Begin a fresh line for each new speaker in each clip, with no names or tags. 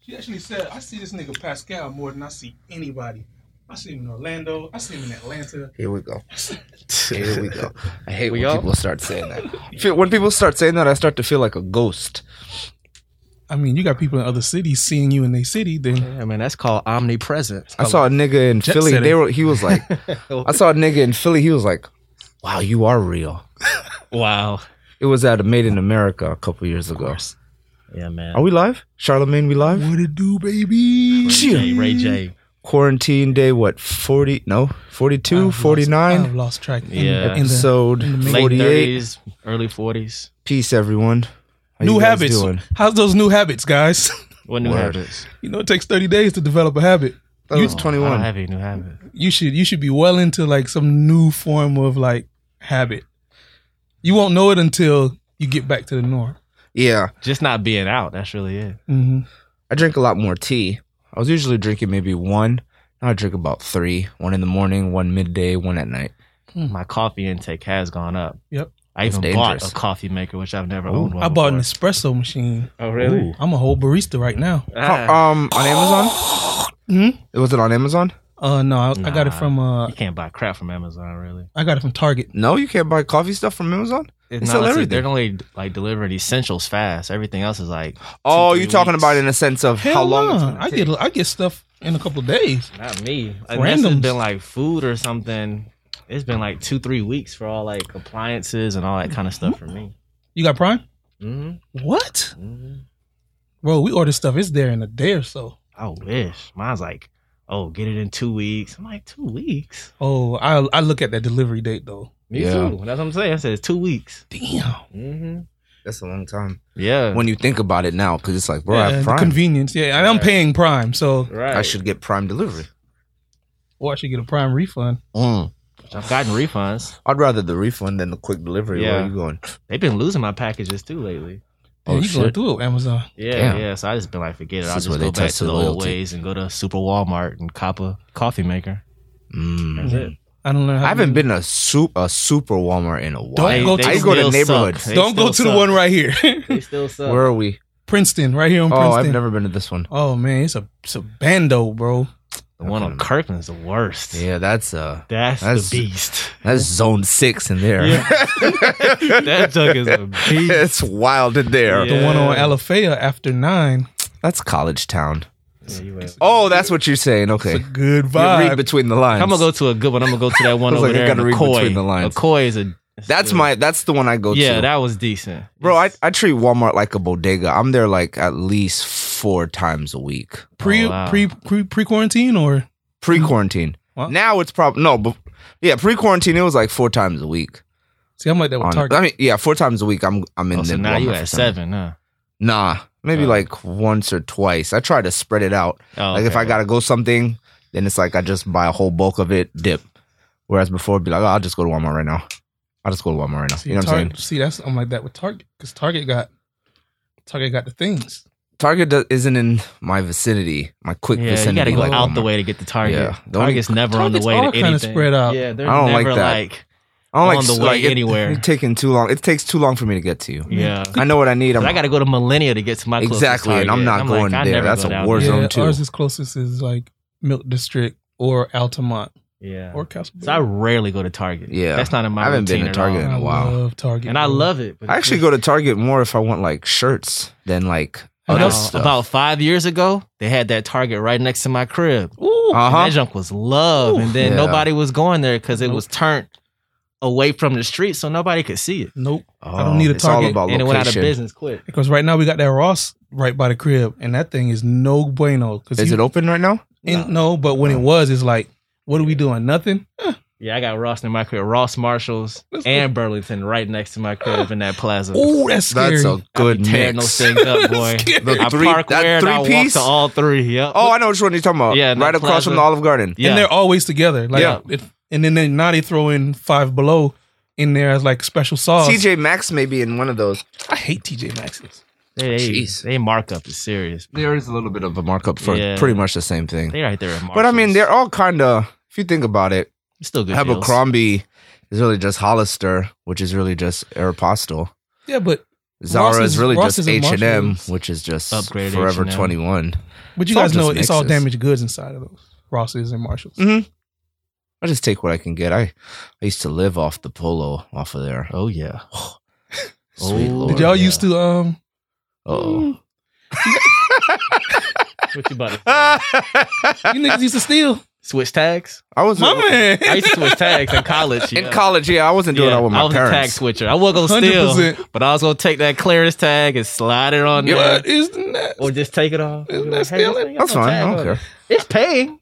She actually said, I see this nigga Pascal more than I see anybody. I see him in Orlando. I see him in Atlanta.
Here we go. Here we go. I hate
We
when
go?
people start saying that. I feel- When people start saying that, I start to feel like a ghost.
I mean, you got people in other cities seeing you in their city, then
I mean, that's called omnipresence.
I saw a nigga in
Jet
Philly. They
setting.
were. He was like, I saw a nigga in Philly. He was like, "Wow, you are real."
wow.
It was at a Made in America a couple years ago.
Yeah, man.
Are we live? Charlemagne, we live?
what it do, baby?
Ray J, Ray J.
Quarantine day, what, 40? No, 42,
I've
49?
lost track. In,
Yeah.
in the-
Episode
in the-
Late
48.
30s, early 40s.
Peace, everyone. How
new
you guys
habits.
doing?
How's those new habits, guys?
What new
Word.
habits?
you know, it takes thirty days to develop a habit.
That was
I don't
21.
have any new habits.
You should you should be well into like some new form of like habit. You won't know it until you get back to the norm.
Yeah.
Just not being out. That's really it.
Mm-hmm.
I drink a lot more tea. I was usually drinking maybe one. Now I drink about three one in the morning, one midday, one at night.
My coffee intake has gone up.
Yep.
I
That's
even
dangerous.
bought a coffee maker, which I've never
Ooh.
owned one.
I bought an
before.
espresso machine.
Oh, really?
Ooh.
I'm a whole barista right now.
How-
Ah,
um, on Amazon?
Hmm?
It was it on Amazon?
Uh, no, I, I got it
Nah.
from uh,
you can't buy crap from Amazon, really.
I got it from Target.
No, you can't buy coffee stuff from Amazon.
It's
They
not
sell
like-
everything.
They're only like delivering essentials fast. Everything else is like,
Oh,
three
you're talking
weeks.
about in the sense of how
Hell
long? it's
nah.
gonna
I
take.
get I get stuff in a couple of days.
not me. Unless
Randoms.
it's been like food or something. It's been like two, three weeks for all like appliances and all that kind of stuff for me. Mm-hmm.
You got Prime?
hmm
What, bro? We order stuff. It's there in a day or so.
I wish. Mine's like, oh, get it in two weeks. I'm like, two weeks?
Oh, I I look at that delivery date though.
Me
Yeah.
too. That's what I'm saying. I said it's two weeks.
Damn.
Mm-hmm.
That's a long time.
Yeah.
When you think about it now, because it's like, bro, I
Yeah,
have
the
Prime.
convenience. Yeah, and I'm
Right.
paying Prime, so
right.
I should get Prime delivery.
or I should get a Prime refund.
I've gotten refunds.
I'd rather the refund than the quick delivery. Where
Yeah.
are you going?
They've been losing my packages too lately.
Damn,
Oh,
you going
shit.
through it, Amazon?
Yeah,
Damn.
yeah. So I just been like, forget it.
This
I'll
is
just
where they
go back
test
to the
your
old
loyalty.
ways and go to Super Walmart and cop a coffee maker.
Mm.
That's it.
I don't know. How
I
to
haven't
do-
been a soup a super Walmart in a while.
Don't go to-
I go to
still
neighborhoods.
suck. They
Don't go to
still
the
suck.
one right here,
They still suck.
Where are we?
Princeton, right here on
Oh,
Princeton.
I've never been to this one.
Oh man, it's a it's a bando, bro.
the one on Kirkland's the worst.
Yeah, that's uh,
That's,
That's-
the beast.
that's zone six in there.
Yeah. that junk is a beast.
it's wild in there.
Yeah.
The one on Alafaya after nine.
That's college town.
Yeah, you right.
Oh, that's what you're saying. Okay,
It's a good
you read
vibe.
between the lines.
I'm gonna go to a good one. I'm gonna go to that one
I was
over
like, I
there.
gotta
in
read
Akoi.
between the lines.
Akoi is a.
That's my. That's the one I go
Yeah,
to.
that was decent,
Bro, I, I treat Walmart like a bodega. I'm there like at least four times a week
pre,
Oh, wow.
pre pre pre quarantine or
pre quarantine.
Wow.
Now it's probably no, but yeah, pre quarantine it was like four times a week.
see, I'm like that with
On,
Target.
I mean, yeah, four times a week. I'm I'm in
Oh,
the
so now
Walmart
you
for
at
some-
seven, huh?
Nah, maybe
Oh.
like once or twice. I try to spread it out.
Oh,
Like if
okay.
I gotta go something, then it's like I just buy a whole bulk of it, dip. Whereas before, it'd be like, oh, I'll just go to Walmart right now. I'll just go to Walmart right now.
See,
you know what I'm
Target,
saying?
see, that's I'm like that with Target because Target got Target got the things.
Target do- isn't in my vicinity, my quick
yeah, you
vicinity.
gotta go
like
out the
Walmart.
way to get the target.
Yeah. The only-
Target's never on the
Target's
way
all
to
kinda
anything.
spread out.
Yeah, they're
I don't like
never
that.
like
I don't
on
like
the
s-
way
like, it-
anywhere.
It's taking too long. It takes too long for me to get to you.
yeah.
I know what I need. I'm,
'Cause I gotta go to Millennia to get to my closest
Exactly, and
Target.
I'm not
like,
going
I
there.
never
That's
go
a
down
war
there.
zone.
yeah,
too.
ours is closest is like Milk District or Altamont
Yeah.
or Castle.
So I rarely go to Target.
Yeah.
that's not in my.
I haven't been
routine
to
at all.
Target in a while.
love Target,
and I
bro.
love it. but
I
it's
actually
just-
go to Target more if I want like shirts than like
And
other
About-
that's
stuff.
about five years ago, they had that Target right next to my crib.
Ooh,
Uh
And that
huh.
junk was love, and then
Yeah.
nobody was going there because it
Nope.
was turned away from the street, so nobody could see it,
nope. I don't need a
Oh, it's all
Target,
about
and it went out of
location.
business quick.
Because right now we got that Ross right by the crib, and that thing is no bueno. Because
Is it open right now?
no. but when it was, it's like, what are we doing? Nothing.
Yeah, I got Ross in my crib, Ross Marshalls,
That's
and Burlington right next to my crib in that plaza.
Oh, that's scary.
That's a
I be
good
tearing those
mix.
things up, boy.
Scary.
The
I
three-
park
that
where and I walk
three-piece?
to all three. Yep.
Oh, I know which one you're talking about.
Yeah, in
right
that
across from
plaza.
the Olive Garden.
yeah.
And they're always together. Like,
Yeah.
it, and then they, now they throw in Five Below in there as like special
Oh,
sauce.
TJ Maxx may be in one of those.
I hate TJ Maxx's.
they, they,
Jeez.
they markup is serious.
There is a little bit of a markup for
Yeah.
pretty much the same thing.
They right there at Marshalls.
But I mean, they're all kind of. If you think about it,
It's still good. deals.
Abercrombie is really just Hollister, which is really just Aeropostale.
Yeah, but
Zara
Ross
is
is-
really
Ross
just
is in
H and M,
Marshalls.
which is just
Upgraded
Forever
H&M.
Twenty One.
But you
It's all
guys know
just
it's all
mixes.
damaged goods inside of those Rosses and Marshalls.
Mm-hmm. I just take what I can get. I, I used to live off the polo off of there.
Oh yeah.
Sweet
Oh,
lord.
Did y'all
yeah.
used to um?
Oh.
What you about to
I
You niggas used to steal.
switch tags?
was
My man,
I used to switch tags in college.
in
yeah.
college. Yeah, I wasn't doing
Yeah,
that with
I
my
was a tag
parents.
switcher. I was gonna steal,
100%.
but I was gonna take that clearance tag and slide it on
Yeah.
there,
Oh,
What is that?
or just take it off.
Isn't
Be
that
like, "Hey, this
stealing?
thing got
That's
no
fine.
tag
I
on
don't
it."
care.
It's paying.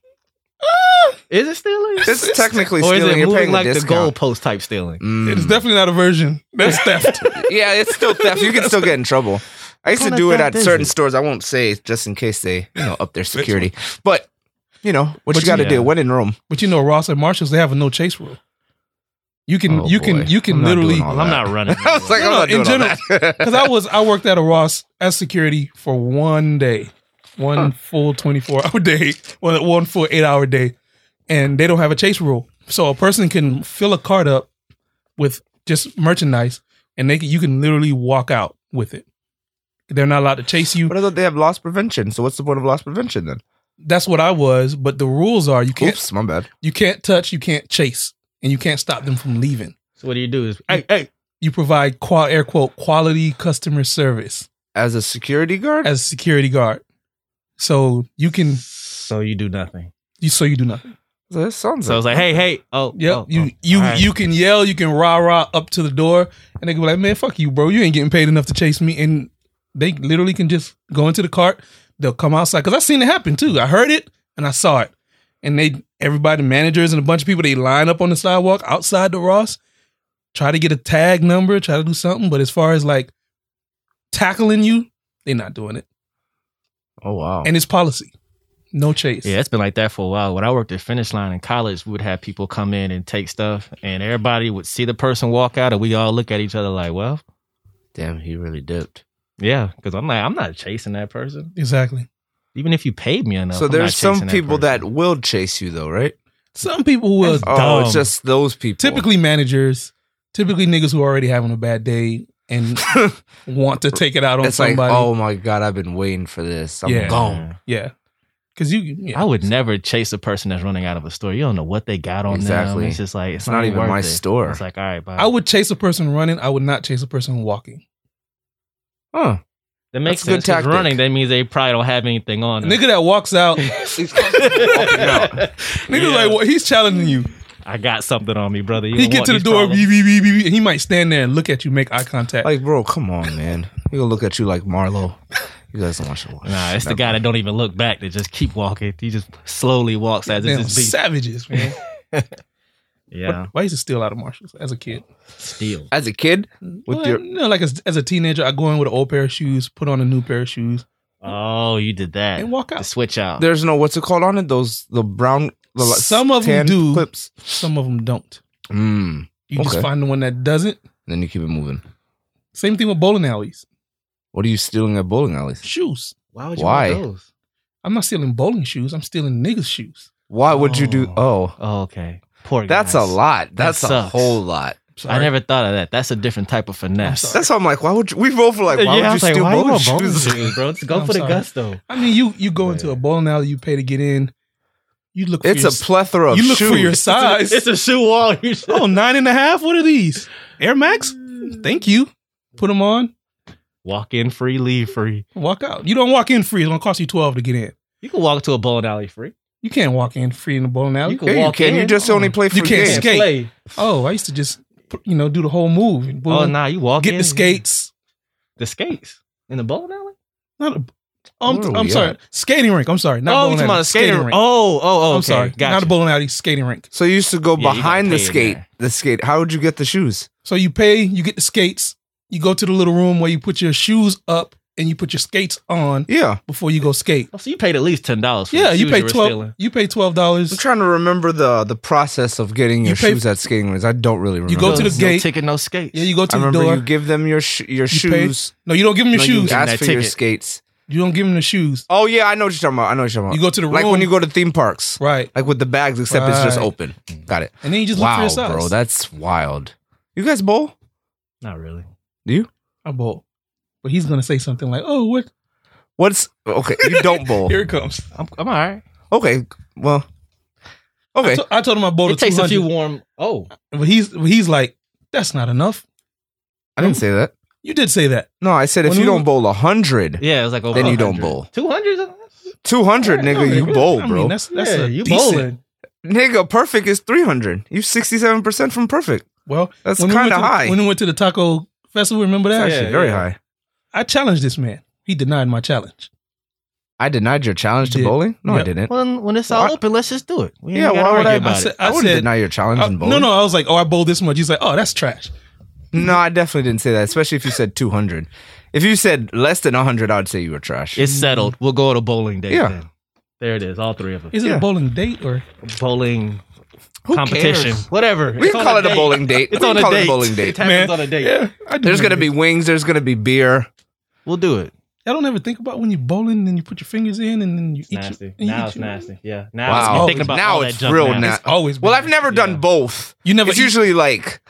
Is it stealing?
It's technically
or is it
stealing. You're paying
moving like
a
the
discount.
goalpost type stealing?
Mm.
It's definitely not a version. That's theft.
yeah, it's still theft. You can still get in trouble. I used to
What
do it
kind of
at
theft is
certain
it?
stores. I won't say just in case they, you know, up their security. But you know what
But
you got to
yeah.
do. When in Rome,
but you know, Ross and Marshalls they have a no chase rule. You can,
Oh,
you can,
boy.
you can
I'm not
literally.
doing all
I'm
that.
not running.
I was like,
No,
I'm
no,
not doing
in
all that.
Because I was, I worked at a Ross as security for one day, one full twenty four hour day, one one full eight hour day, and they don't have a chase rule, so a person can fill a cart up with just merchandise, and they can, you can literally walk out with it. They're not allowed to chase you.
But I thought they have loss prevention. So what's the point of loss prevention then?
That's what I was, but the rules are you can't
Oops, my bad.
You can't touch, you can't chase, and you can't stop them from leaving.
so what do you do? Is hey, hey,
You provide qual air quote quality customer service
As a security guard,
as a security guard. So you can
so you do nothing.
you so you do nothing.
that sounds
So I was like, hey, hey, oh,
Yep.
oh,
you
oh,
you
all right.
you can yell, you can rah rah up to the door, and they can be like, Man, fuck you, bro. You ain't getting paid enough to chase me. And they literally can just go into the cart, they'll come outside. Cause I seen it happen too. I heard it and I saw it. And they everybody, managers and a bunch of people, they line up on the sidewalk outside the Ross, try to get a tag number, try to do something. But as far as like tackling you, they're not doing it.
oh wow.
And it's policy. No chase.
Yeah, it's been like that for a while. When I worked at Finish Line in college, we would have people come in and take stuff, and everybody would see the person walk out, and we all look at each other like, well,
Damn, he really dipped.
yeah, because I'm like, I'm not chasing that person.
Exactly.
Even if you paid me enough.
so
I'm not
there's some
chasing
people that,
person.
will chase you though, right?
Some people will
Oh,
Dumb.
it's just those people.
typically managers, typically niggas who are already having a bad day and want to take it out on
it's like,
somebody.
oh my god, I've been waiting for this. I'm
Yeah.
gone.
Yeah, because you. Yeah.
I would never chase a person that's running out of a store. You don't know what they got on
Exactly.
them. It's just like it's,
It's not even
worth
my
it.
store.
It's like all right, bye.
I would chase a person running. I would not chase a person walking.
Huh.
that makes
that's a
sense.
good
'cause
tactic.
Running that means they probably don't have anything
A
on. them.
nigga that walks out,
walking out.
nigga
Yeah.
like well, he's challenging you.
I got something on me, brother. You
he
don't
get
want
to the
these
door,
problems.
beep, beep, beep, beep, and he might stand there and look at you, make eye contact.
Like, bro, come on, man. He gonna look at you like Marlo. You guys don't watch the watch.
Nah, it's the guy that don't even look back. That just keep walking. He just slowly walks as
Damn,
it just beat.
savages, man.
Yeah,
Why I used to steal out of Marshalls as a kid?
steal.
As a kid, with
Well,
your
you know, like as, as a teenager, I go in with an old pair of shoes, put on a new pair of shoes,
Oh, you did that.
and walk
The
out.
switch out.
there's no what's it called on it? Those the brown, the like,
Some of 'em
tan
do.
clips.
Some of them don't.
Mm.
You just
Okay.
find the one that doesn't.
Then you keep it moving.
Same thing with bowling alleys.
What are you stealing at bowling alleys?
Shoes.
Why
would you Why? want
those?
I'm not stealing bowling shoes. I'm stealing niggas' shoes.
Why would you do? Oh,
Oh, okay. Poor.
that's a
guys.
lot. That's a
sucks.
whole lot.
Sorry.
I never thought of that. That's a different type of finesse.
sorry.
That's why I'm like, why would you? We both were like, why
I
would
was
you
like,
steal
why
bowling
want bowling
shoes?
shoes, bro? Just go
I'm
for the
sorry.
gusto.
I mean, you you go into a bowling alley, you pay to get in. You look. For
It's
your,
a plethora of
You look
shoes.
for your size.
It's a shoe wall. You should-
oh, nine and a half. What are these? Air Max. Thank you. Put them on.
Walk in free, leave free.
Walk out. You don't walk in free. It's gonna cost you twelve to get in.
You can walk to a bowling alley free.
You can't walk in free in a bowling alley.
You can
Yeah, you
walk
can. You
in.
just only play for
You can't
games.
skip. Skate. Oh, I used to just you know do the whole move. And
Oh,
boom,
nah, you walk
get
in.
the skates.
The skates in the bowling alley.
Not a. I'm,
Where are
I'm
we
sorry.
at?
Skating rink. I'm sorry. Not
oh,
bowling
you talking
alley.
about a skating, rink? Oh, oh, oh.
I'm
okay.
sorry. Not
Gotcha.
a bowling alley. Skating rink.
So you used to go
Yeah, you gotta
behind the
pay in
skate.
there.
The skate. How would you get the shoes?
So you pay, you get the skates, you go to the little room where you put your shoes up and you put your skates on
Yeah,
before you go skate.
Oh, so you paid at least ten dollars.
Yeah, you pay
were
twelve.
Stealing.
You pay twelve
I'm
dollars.
trying to remember the the process of getting
You
your
pay-
shoes at skating rinks. I don't really remember.
You go to
no,
the gate.
No ticket, no skates.
Yeah, you go
I
to the
remember
door.
you give them your sh- your
You pay-
shoes.
no, you don't give them your
No, you
shoes.
give
You,
them
Ask
that
for your
ticket.
skates.
don't give them the shoes.
Oh yeah, I know what you're talking about. I know what you're talking
You
about.
go to the room,
like when you go to theme parks,
right,
like with the bags, except it's just
Right.
open. Got it.
and then you just
wow,
look for your size.
bro, that's wild. You guys bowl?
Not really.
I bowl. but he's gonna say something like, "Oh, what?
What's okay? You don't bowl.
Here it comes."
I'm, I'm all right.
Okay, well,
I
okay.
to- I told him I bowled
It takes a few
200,
warm. Oh,
but he's but he's like, "That's not enough."
I didn't say that.
You did say that.
No, I said if
When
you
we-
don't bowl a hundred,
yeah. It was like over
Then you don't
100.
bowl.
200?
two hundred,
Yeah,
nigga,
no,
you
nigga.
bowl,
I
bro.
mean, that's that's
Yeah,
a
you
decent-
bowling.
Nigga, perfect is 300. You 67% from perfect.
Well,
That's
when we went
kind of
to the-
high.
when we went to the taco festival, remember that?
Actually,
Yeah,
very
yeah.
high.
I challenged this man. He denied my challenge.
I denied your challenge to
You did.
bowling? No, I
Yep.
didn't.
When when it's all
Why-
open, let's just do it. We ain't
Yeah,
gotta
why would
argue
I-
about
I said,
it.
I,
I
wouldn't
said,
deny your challenge
I-
in
no,
bowling.
no. I was like, "Oh, I bowled this much." He's like, "Oh, that's trash."
No, I definitely didn't say that, especially if you said 200. If you said less than 100, I'd say you were trash.
It's settled. We'll go to bowling day.
Yeah.
Then. There it is. All three of us.
Is it
Yeah.
a bowling date or?
Bowling
Who
competition.
cares?
Whatever.
We
It's
can
on
call it a
date.
bowling date.
It's
we
on
can
a
call
date.
it a bowling date.
It happens
Man.
on a date.
I do
There's going to be
remember
wings. There's going to be beer.
We'll do it.
this. I don't ever think about when you bowling and you put your fingers in and then you eat. your-
Nasty.
and you
Now
eat
it's
your-
nasty. Yeah. Now
Wow.
I'm thinking
Always-
about
now
all that
it's
junk
real
now.
na-
It's always. been
Well, I've never
Yeah.
done both.
You never.
It's
eat-
usually like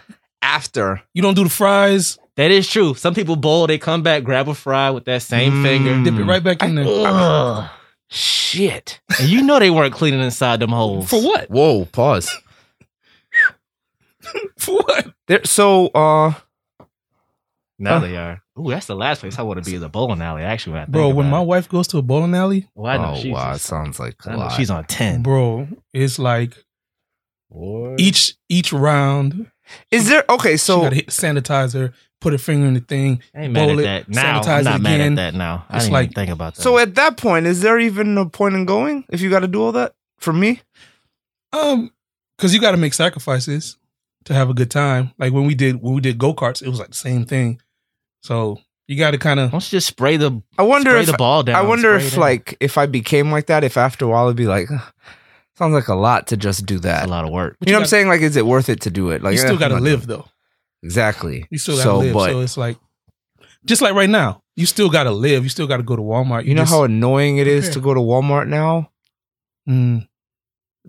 after.
you don't do the fries.
That is true. Some people bowl. They come back, grab a fry with that same
Mm.
finger.
Dip it right back in there.
Ugh.
Shit.
And you know they weren't cleaning inside them holes.
For what?
Whoa, pause.
For what?
There, so, uh,
Now
Huh.
they are. Ooh, that's the last place I want to be is a bowling alley. Actually, when I think
Bro, when my
about it.
wife goes to a bowling alley,
Well, I know
oh,
she's
wow, it
just-
sounds like a
I know
lot.
she's on ten.
bro, it's like
Boy.
each each round.
Is there okay?
So she
So
gotta hit the sanitizer, put her finger in the thing.
I ain't mad
bowl
at
it,
that. Now
sanitize
I'm
it
not mad
again.
at that. Now I
It's
didn't
like-
even think about that.
so at that point, is there even a point in going if you got to do all that for me?
Um, because you gotta make sacrifices to have a good time. Like when we did when we did go karts, it was like the same thing. So you gotta kind
Oh,
of.
don't you just spray the
I wonder
spray
if
the ball down?
I wonder
spray it
if
in.
like if I became like that, if after a while I'd be like, "Ugh, sounds like a lot to just do
That's
that.
a lot of work.
You know what I'm saying? Like, is it worth it to do it? Like,
you
eh,
still
I'm
gotta
not
live
doing-
though.
Exactly.
You still gotta
so,
live.
but
so it's like, just like right now, you still gotta live. You still gotta go to Walmart.
you know
just-
how annoying it is
prepare.
to go to Walmart now
Mm,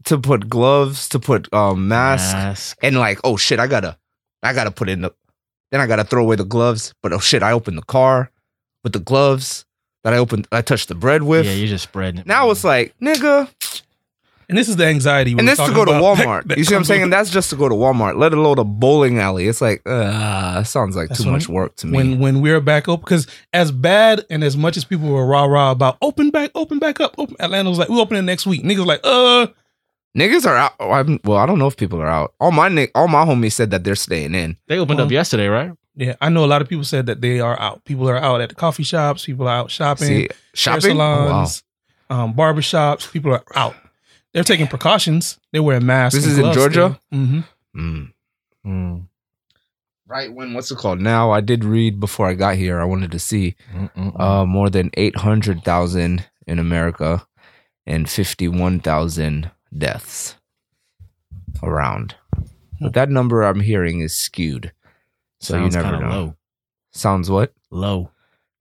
to put gloves, to put um, mask,
Mask.
and like, oh shit, I gotta, I gotta put in the, then I gotta throw away the gloves. But oh shit, I opened the car with the gloves that I opened, I touched the bread with.
yeah, you're just spreading it.
now it's like, nigga,
and this is the anxiety. we were
and that's
talking
to go to
about that-
Walmart.
that
you see what I'm
comes
saying?
with-
And that's just to go to Walmart, let alone a bowling alley. It's like, uh, that sounds like
That's
too
what
much
I'm-
work to me.
when when we're back open because as bad and as much as people were rah rah about open back open back up open Atlanta was like we open it next week niggas like uh
Niggas are out. Oh, I'm, well, I don't know if people are out. All my ni- all my homies said that they're staying in.
They opened up
Um,
yesterday, right?
yeah I know a lot of people said that they are out people are out at the coffee shops people are out shopping
See,
hair
shopping. Oh, wow.
salons um, barber shops people are out they're taking precautions they're wearing masks
This is in Georgia?
hmm
Mm.
Mm.
Right when what's it called? Now I did read before I got here. I wanted to see.
mm,
uh, more than 800,000 in America and 51,000 deaths around. But that number I'm hearing is skewed. So you never know.
Low.
Sounds what?
Low.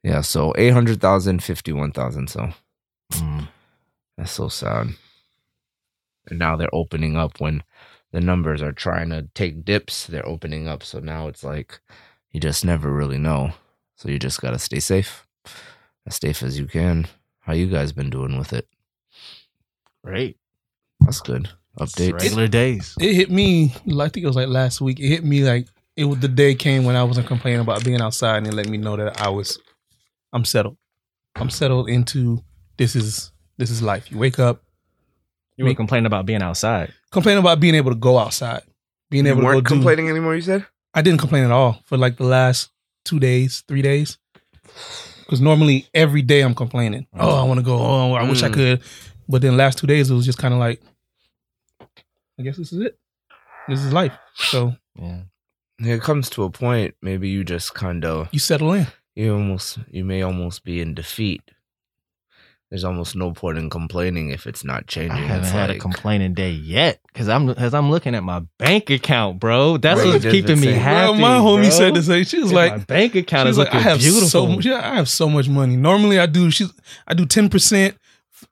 Yeah, so 800,000, 51,000. So
Mm.
that's so sad. And now they're opening up when the numbers are trying to take dips. They're opening up. So now it's like you just never really know. So you just got to stay safe, as safe as you can. How you guys been doing with it?
Right.
That's good.
It's
Updates.
Regular days.
it hit me I think it was like last week it hit me like it was the day came when I wasn't complaining about being outside and it let me know that I was I'm settled I'm settled into this is this is life you wake up
You were complaining about being outside.
complaining about being able to go outside being able to go do-
anymore, you said?
I didn't complain at all for like the last two days, three days. Because normally every day I'm complaining. Oh, I want to go. Oh, I wish I
Mm.
could. But then last two days it was just kind of like, I guess this is it. This is life. So
Yeah.
It comes to a point, maybe you just kind of,
you settle in.
you almost, you may almost be in defeat. There's almost no point in complaining if it's not changing.
I haven't
It's
had a
like-
complaining day yet because I'm as I'm looking at my bank account, bro. That's
Bro,
what's
you
keeping
just
me
said-
happy.
well, my homie
bro.
said the same. She was like,
my bank account
she
is
was like,
looking
I have
beautiful.
so much. Yeah, I have so much money. Normally I do. She's I do ten percent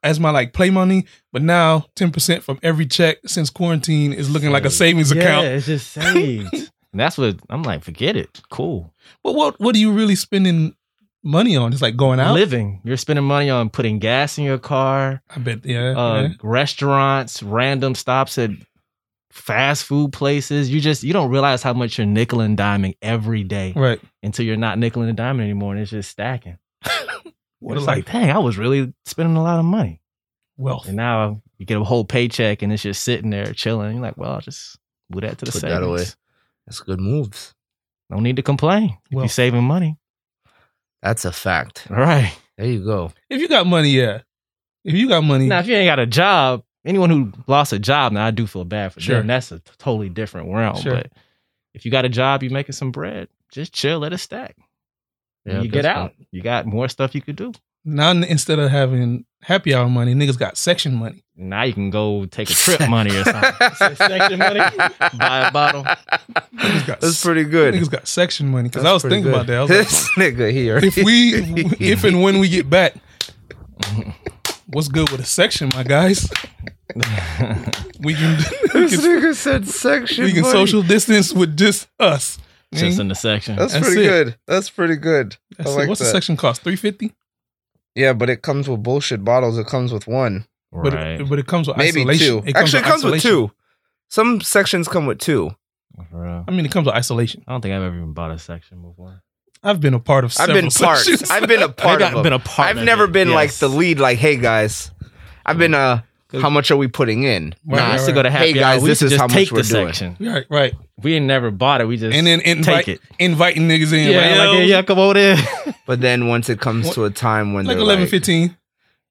as my like play money, but now ten percent from every check since quarantine is looking like a savings
yeah,
account.
it's just saved. and that's what I'm like. Forget it. Cool.
But what what are you really spending money on. It's like going out.
living. You're spending money on putting gas in your car,
I bet. Yeah.
uh,
yeah.
restaurants, random stops at fast food places. You just you don't realize how much you're nickel and diming every day
Right.
until you're not nickel and diming anymore, and it's just stacking.
What
it's
a
like,
life.
dang, I was really spending a lot of money,
Wealth.
and now you get a whole paycheck, and it's just sitting there chilling. You're like, well, I'll just move that to the
Put
savings.
that away. That's good moves.
Don't need to complain. If
Well-
you're saving money,
That's a fact.
all right.
There you go.
If you got money, yeah. If you got money,
Now, if you ain't got a job, anyone who lost a job, now I do feel bad for
Sure.
them. That's a t- totally different realm.
Sure.
But if you got a job, you making some bread. Just chill, let it stack. When
Yeah,
you get
that's
out. You got more stuff you could do.
now n- instead of having happy hour money, niggas got section money.
Now you can go take a trip money or something. Section money, buy a bottle.
Niggas got
That's pretty good.
Niggas got section money because
That's
I was
pretty
thinking
good.
about that. I was like,
this nigga here.
if we, if and when we get back, what's good with a section, my guys? We can we can,
this nigga said section.
we can
buddy.
social distance with just us.
Just
Mm,
in the section.
That's,
That's
pretty
it.
good. That's pretty good.
that's
I
it.
like
what's the
that.
section cost? Three fifty.
Yeah, but it comes with bullshit bottles. It comes with one,
But
right.
it, but it comes with
maybe
isolation.
two. Actually, it comes
isolation.
with two. Some sections come with two.
For real.
I mean, it comes with isolation.
I don't think I've ever even bought a section before.
I've been a part of.
I've
Several
been part.
sections.
I've been a part
Maybe
of.
I've
them.
been a part.
I've
of
never
it,
been like
yes.
the lead. Like, hey guys, I've been uh, how much are we putting in?
Right,
Nah, I
right,
used to go to
right.
happy
Hey, guys,
hour. We used
this
to
is
just
how much
take
we're
the
doing.
section.
Right, right.
We ain't never bought it. We just
And then invite
take it.
inviting niggas in.
Yeah,
right?
like,
Like,
yeah, yeah, come on in.
But then once it comes
What-
to a time when
like
they're
11,
like,
15.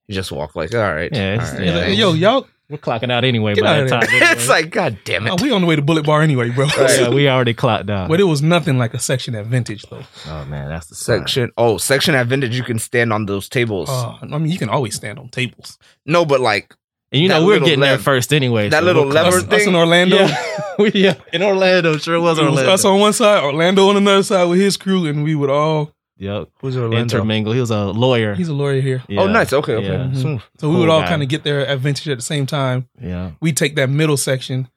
you just walk like, all right,
Yeah, it's-
Yeah,
all right,
yeah.
like,
thanks."
yo, y'all,
We're clocking out anyway
Get
by
out
that
of
time.
it's like, god damn
uh,
it.
we on the way to Bullet Bar anyway, bro.
yeah, we already clocked out.
But it was nothing like a section at Vintage though.
oh man, that's the spot.
Section oh, section at vintage, you can stand on those tables.
Uh, I mean, you can always stand on tables.
no, but like
And you know
That
we're
little
getting there
lev-
first anyway.
that
so
little
we're
lever
Us,
close.
us in
thing-
Orlando.
Yeah, we, yeah, in Orlando, sure was
It was
Orlando.
us on one side, Orlando on another side with his crew, and we would all.
yep,
who's Orlando?
intermingle. He was a lawyer.
He's a lawyer here,
Yeah,
Oh, nice. Okay, okay.
Yeah.
Mhm.
Smooth.
so we
Cool
would all
guy.
kind of get there at Vintage at the same time.
yeah,
We take that middle section,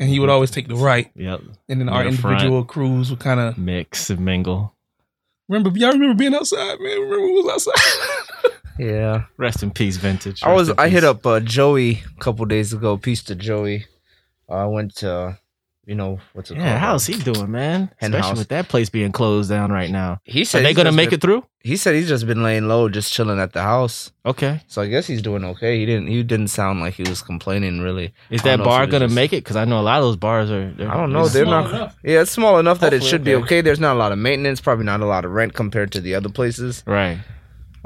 and he would always take the right,
yep.
and then our
Middle front.
individual crews would kind of
Mix and mingle.
remember. Y'all remember being outside, man? Remember we was outside?
Yeah,
Rest in peace, vintage.
I
Rest
was.
in
I hit
peace.
up uh, Joey a couple days ago. Peace to Joey. Uh, I went to, you know, what's it
Yeah,
called?
how's he doing, man?
Hen
Especially
house.
with that place being closed down right now.
He
Are
said
they
he's
gonna
just
make
been-
it through?
He said he's just been laying low, just chilling at the house.
Okay.
So I guess he's doing okay. He didn't. He didn't sound like he was complaining really.
Is
I don't
that
know if
bar
it
gonna
is.
make it? Because I know a lot of those bars are.
I don't know.
it's
They're
small.
not. Yeah, it's small enough that it
Hopefully,
should be
okay.
okay. There's not a lot of maintenance. Probably not a lot of rent compared to the other places.
right.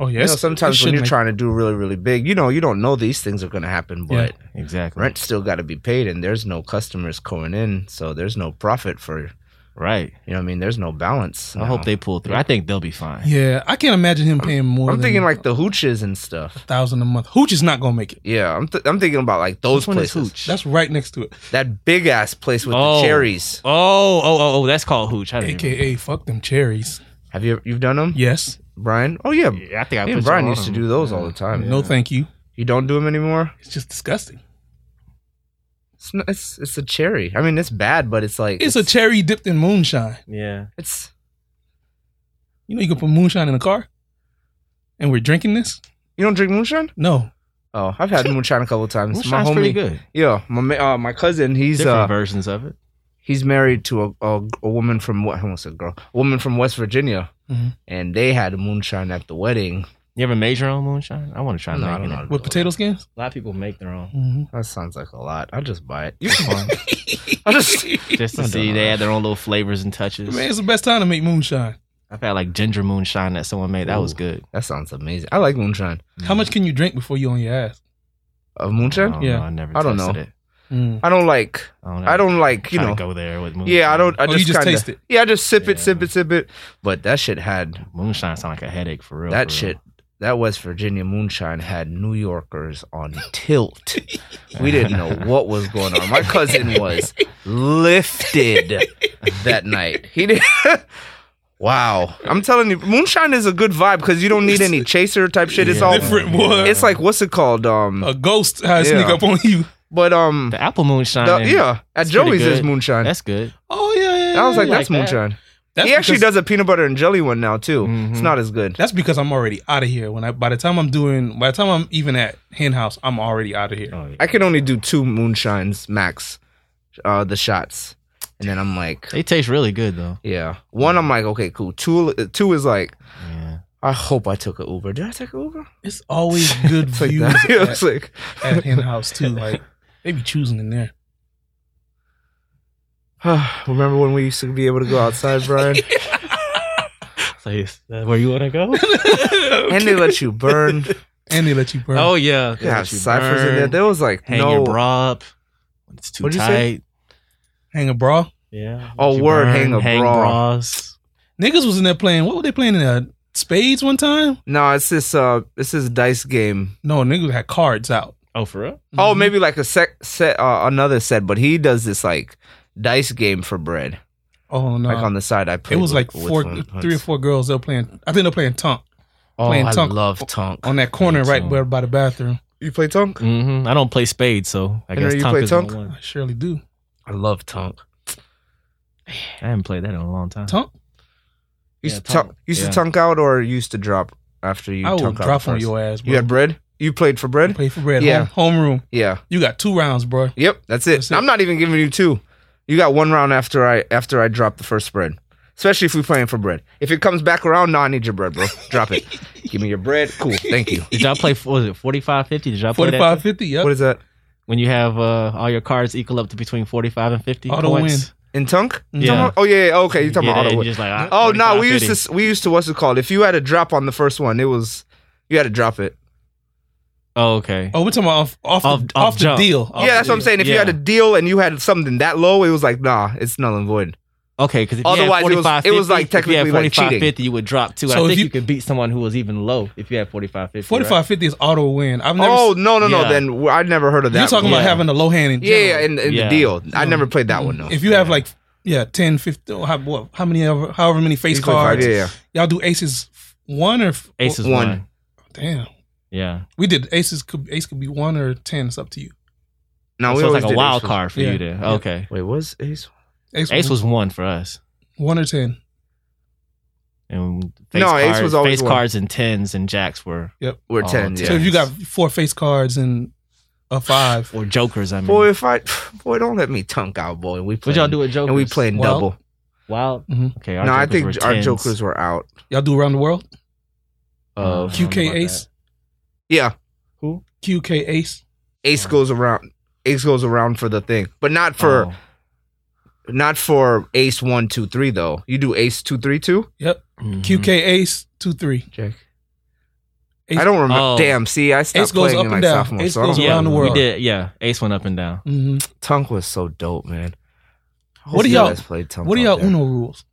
Oh
You
yes.
know, sometimes when you're
trying.
trying to do really, really big, you know, you don't know these things are going to happen, but
Exactly.
rent still got to be paid, and there's no customers coming in, so there's no profit for you
Right.
know. what I mean, there's no balance.
I hope
now.
they pull through. I think they'll be fine.
Yeah, I can't imagine him paying more.
I'm
than
thinking like the hooches and stuff.
thousand a month. Hooch is not gonna make it.
Yeah, I'm th- I'm thinking about like those
Which one is
places.
Hooch?
That's right next to it,
That big ass place with
Oh.
the cherries.
Oh, oh, oh, oh, that's called Hooch. I, didn't
aka fuck them cherries.
Have you you've done them,
Yes,
Brian? Oh yeah,
even- I think I
Me
put
and Brian
y'all
used
on
to
them.
do those
Yeah.
all the time.
no thank you.
You don't do them anymore.
It's just disgusting.
It's n it's, it's a cherry. I mean, it's bad, but it's like
It's a cherry dipped in moonshine.
Yeah.
it's
You know you can put moonshine in a car, and we're drinking this.
you don't drink moonshine.
No,
Oh, I've had moonshine a couple times.
Moonshine's
my homie,
pretty good.
yeah, my ma- uh, my cousin, he's
Different
uh
versions of it.
he's married to a a, a woman from what I almost said girl, a woman from West Virginia,
Mm-hmm.
Mhm.
and they had moonshine at the wedding.
You ever made your own moonshine? I want to try
No, I
making
don't know.
it.
with potato skins.
A lot of people make their own.
Mm-hmm.
That sounds like a lot. I'll just buy it. You can buy it. I'll just.
Just to
I don't
see
know.
they add their own little flavors and touches.
Man, it's the best time to make moonshine.
I've had like ginger moonshine that someone made. That was
Ooh.
good.
That sounds amazing. I like moonshine.
How much can you drink before you on your ass?
Of moonshine,
Mm. I
Yeah.
yeah. I never
I don't
tested
know.
it.
Mm.
I don't like. I don't like. You
kinda
know.
go there with moonshine.
Yeah, I don't. I
Oh,
just,
you just
kinda,
taste it.
Yeah, I just sip it,
Yeah.
sip it, sip it. But that shit had
Moonshine sound like a headache for real.
that
for real.
shit. That West Virginia moonshine had New Yorkers on tilt. we didn't know what was going on. My cousin was lifted that night. He did. wow, I'm telling you, moonshine is a good vibe because you don't need any chaser type shit. It's
Yeah. Uh,
all.
Different boy.
It's like what's it called? Um,
A ghost how it
Yeah.
sneak up on you.
but um,
The apple moonshine.
the-
and-
yeah, at
it's pretty
Joey's is
good.
moonshine.
That's good.
Oh yeah, yeah.
I was
yeah,
like,
yeah.
that's
like that.
moonshine.
That's
he actually
because-
does a peanut butter and jelly one now too. It's
Mhm.
not as good.
That's because I'm already out of here. When I by the time I'm doing, by the time I'm even at hen house, I'm already out of here.
Oh, yeah.
I can only do two moonshines max, uh, the shots, and then I'm like,
They taste really good though.
yeah. One, I'm like, okay, cool. Two, two is like,
Yeah.
I hope I took an Uber. Did I take an Uber?
It's always good
It's like
views
that.
at-
It's like,
at hen house too. Like they be choosing in there.
remember when we used to be able to go outside, Brian?
So is that where you want to go?
and they let you burn.
and they let you burn.
oh yeah.
They have
Let you
ciphers in there.
burn,
There was like
Hang
no.
your bra up. when It's too
What'd you say?
tight.
hang a bra.
Yeah.
Oh,
Let you
word, hang a bra.
bras.
Niggas was in there playing. What were they playing in there? Spades one time?
No, it's this. Uh, it's this dice game.
No, niggas had cards out.
Oh, for real?
Oh,
Mhm.
maybe like a sec- set, uh, another set. But he does this like dice game for bread,
Oh no.
like on the side. I
it
played.
was
with-
like
with
four,
one once.
three or four girls. They were playing. I think they're playing tunk
Oh,
playing
I
Tunk.
love Tunk.
on that corner
Playing
right
Tunk.
where by the bathroom.
You play Tunk?
Mm-hmm. I don't play spades, so I
Henry,
guess
you
Tonk
play
is the
Tunk?
one.
I surely do.
I love Tunk.
I haven't played that in a long time.
Uh,
Tunk.
Used
Yeah,
to tunk,
Tunk.
used
Yeah.
to tunk out or used to drop after you
I will
tunk out
drop on
first?
your ass, bro.
You had bread? You played for bread?
Play for bread.
Yeah.
Home, homeroom.
Yeah.
You got two rounds, bro.
Yep, that's it.
That's it.
I'm not even giving you two. You got one round after I after I drop the first spread. Especially if we're playing for bread. If it comes back around, no, I need your bread, bro. Drop it. Give me your bread. Cool. Thank you.
Did y'all play, what was it, 45, 50? Did y'all play that?
45 50. Yep.
What is that?
When you have uh, all your cards equal up to between 45 and 50
Auto
points.
win.
In tunk? You
Yeah.
talking about- Oh yeah, yeah, okay. You're talking
Yeah,
about
and
auto
you're
win.
just like, ah,
Oh no, we
45,
used
50.
to we used to what's it called? If you had a drop on the first one, it was you had to drop it.
Oh, okay.
Oh, we're talking about off, off,
Off-
the,
off
off the
jump.
deal. Off
yeah, that's
the
what I'm
deal.
saying. If you
Yeah.
had a deal and you had something that low, it was like, nah, it's null and void.
Oh.
Okay, because
Otherwise, it was- it was, like,
if you
technically,
had
like,
45,
cheating.
50, you would drop too.
So
I
if
think
you-
you, could beat someone who was even low if you had 45, 50.
45
right?
50 is auto win. I've never.
oh
seen-
no, no, no.
yeah.
Then w- I'd never heard of that.
you're talking
one.
about
yeah.
having a low hand in
yeah,
general.
yeah, in, in
Yeah.
the deal. I
No.
never played that one though.
If you have
Yeah.
like, yeah, 10, 15, or how- what- how many, ever- however many face
He's like,
cards.
yeah, yeah.
Y'all do aces f- one or f- oh,
Ace is
One.
one.
Damn.
Yeah.
We did aces could ace could be one or ten. It's up to you.
So
No, we
it's
always
like a
did
wild
aces.
card for
Yeah.
you there.
Yeah.
Okay.
Wait, was ace?
Ace was one for us.
one or ten.
And face
No,
cards,
ace was always
face
one.
cards and tens and jacks were
We're
Oh,
ten.
okay.
Yeah.
So if you got four face cards and a five,
or jokers. I mean,
boy, if I boy, don't let me tunk out, boy. We played,
what y'all do with jokers?
and we played
Well,
double.
wild.
Mhm.
Okay, our
No, I
jokers
think
were
our
10s.
jokers were out.
y'all do around the world.
Uh, I don't know
QK
about
ace,
that.
Yeah,
Who?
QK ace.
ace
Oh.
goes around. Ace goes around for the thing, but not for
Oh.
not for ace one two three though. You do ace two three two. Mm.
Mhm.
QK ace two three.
Jack.
Ace-
I don't remember.
Oh.
Damn. See, I stopped
Ace goes
playing
up
in
and
like
down.
sophomore.
Ace
so I
goes
don't
yeah,
around the
remember.
world.
We did, yeah, ace went up and down.
hmm
Tunk was so dope, man. I
What
hope
do
you
y'all-
guys played Tunk
What are
out
y'all
there.
Uno rules?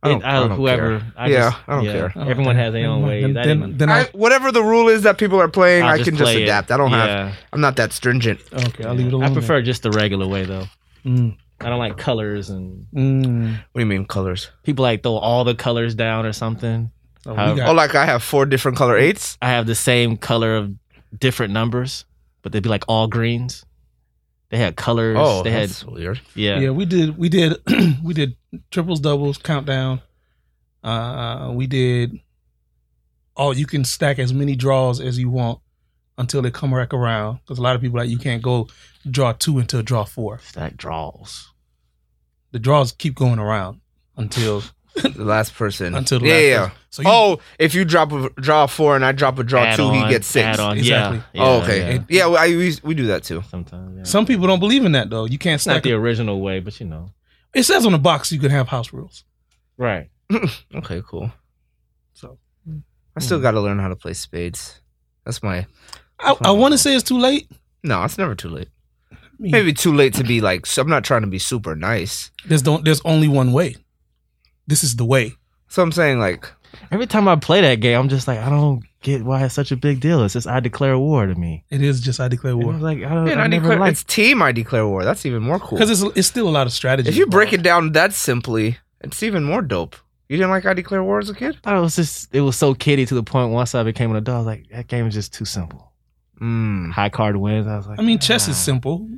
I don't,
It- I-
I don't
whoever.
care.
I
Yeah,
just,
I don't care.
Oh,
Everyone
then-
has their
then-
own ways.
Then,
I
then,
didn't-
then I,
I, whatever the rule is that people are playing,
I'll
i can just
play it.
adapt. I don't have.
Yeah.
I'm not that stringent.
okay, I'll leave it alone.
I prefer just the regular way though.
then.
I don't like colors and
Mm, mm.
What do you mean colors?
people like throw all the colors down or something.
Oh, we
However-
got-
Oh, like I have four different color eights.
I have the same color of different numbers, but they'd be like all greens. They had colors.
Oh,
they had
that's weird.
yeah.
yeah.
we did. We did. we did triples, doubles, countdown. Uh, we did. Oh, you can stack as many draws as you want until they come back around. Because a lot of people like you can't go draw two until draw four.
Stack draws.
The draws keep going around until
The last person
until the
yeah,
last
yeah.
person. So you,
Oh, if you drop a draw four and I drop a draw
Add
two, he
on,
gets six.
Add on.
Exactly.
Yeah,
oh,
yeah,
okay.
yeah.
Yeah, well, I, we we do that too.
Sometimes. Yeah.
some people don't believe in that though. You can't
It's not
stack.
the original way, but you know.
it says on the box you can have house rules.
Right.
Okay, cool.
So
Hmm.
I still got to learn how to play spades. That's my.
I, I want to say it's too late.
No, it's never too late.
I mean,
Maybe too late to be like. So I'm not trying to be super nice.
there's don't there's only one way. This is the way.
So I'm saying like
Every time I play that game, I'm just like, I don't get why it's such a big deal. It's just I declare war to me.
It is just I declare
And I
war
was like, Uh, I don't.
Man, I,
I, never
declare
liked
it's team. I declare war. That's even more cool.
because it's it's still a lot of strategy.
If you break it down that simply, it's even more dope. You didn't like I declare war as a kid?
I thought it was just it was so kiddie to the point once I became an adult, I was like, that game is just too simple.
Mm.
High card wins. I was like,
I mean, chess
"Ah."
is simple.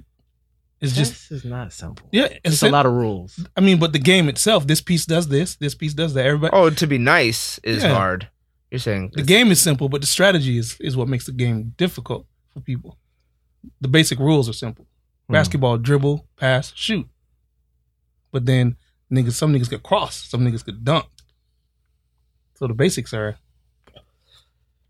It's
Chess
just
is not simple.
yeah.
it's
It's
a lot of rules.
I mean, but the game itself, this piece does this, this piece does that. Everybody,
Oh, to be nice is
Yeah.
hard. You're saying
the game is simple, but the strategy is is what makes the game difficult for people. The basic rules are simple:
Hmm.
basketball, dribble, pass, shoot. But then niggas, some niggas could cross, some niggas could dunk. So the basics are.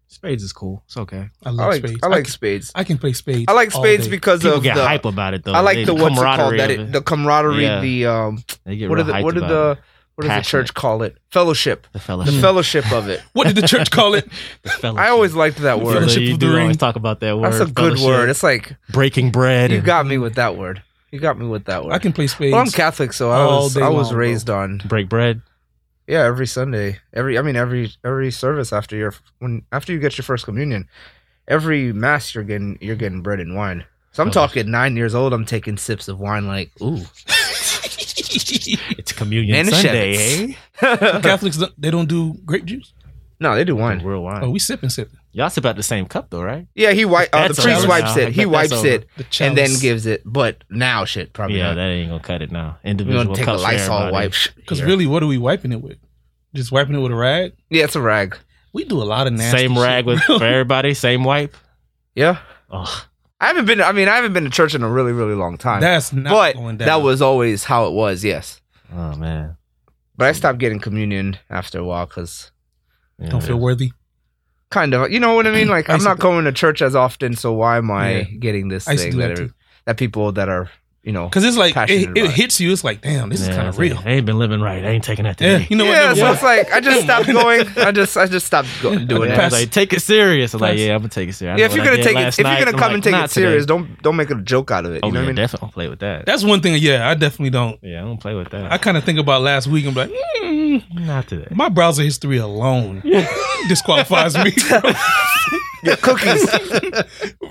Spades is cool. It's okay.
I love
I like
spades.
I like
can-
spades.
I can play spades.
I like
all
spades
day.
because
People
of
get
the
hype about it though.
I
They-
like the what's it called
camaraderie
that
of
it, the camaraderie,
Yeah.
the um
They get
what
real
are the
hyped
what are
about
the
it.
what does the church
Passionate. Mm.
call it? Fellowship.
the
The
fellowship.
fellowship of it.
What did the church call it?
the fellowship.
I always liked that
Although
word.
Fellowship
you
of the
do
ring.
always talk about that word.
That's a good
fellowship,
word. It's like
Breaking bread.
you
and
got me with that word. You got me with that word.
I can play spades.
well, I'm Catholic, so I
all
was
day
I was
long, bro.
raised on
break bread.
yeah every Sunday, every I mean every every service after your when after you get your first communion, every mass you're getting you're getting bread and wine. So I'm
Oh.
talking nine years old. I'm taking sips of wine like ooh,
It's communion
And the
Sunday,
Shepherds.
eh?
Catholics. don't- They don't do grape juice.
no, they do wine.
Real wine.
Oh, we sipping, sipping.
Y'all sip out the same cup though, right?
Yeah, he wipe uh, the
That's
priest
over
wipes
now.
it.
I
He
bet
wipes
that's
it
The
and then
chalice.
gives it. But now shit probably
yeah,
yeah, not.
that ain't gonna cut it now.
We
Individual
don't take a
cups for
Lysol
everybody.
wipe.
Because
here.
really, what are we wiping it with? Just wiping it with a rag?
yeah, it's a rag.
We do a lot of nasty.
Same rag
shit,
with
bro.
for everybody. Same wipe.
Yeah,
Oh,
I haven't been. I mean, I haven't been to church in a really, really long time.
That's not
but
going down.
that was always how it was. Yes,
oh man.
but I stopped getting communion after a while because
Yeah,
don't feel worthy.
kind of, you know what I mean. Like
I
I'm
used
not
to-
going to church as often, so why am I
Yeah.
getting this
I used to
thing
do
that
that
are,
too.
that people that are you know?
Because it's like
Passionate
it,
about
it
it.
hits you. It's like, damn, this
Yeah,
is kind
it's
of
like,
real.
I ain't been living right. I ain't taking that
yeah,
today.
you know what?
yeah,
Never
so
mind.
it's like I just stopped going. I just I just stopped go- doing
Yeah,
it.
I was like, take it serious. I'm like, yeah, I'm gonna take it serious. I
Yeah,
know
if you're
what I did
gonna take it,
last
if you're
night.
gonna
I'm
come
like,
and take
"Nah,
it serious,
today."
don't don't make it a joke out of it.
Oh
you know
yeah,
what I mean?
definitely don't play with that.
That's one thing. Yeah, I definitely don't.
yeah, I don't play with that.
I kind of think about last week and be like, mm,
Not today.
my browser history alone disqualifies me. From,
Your cookies.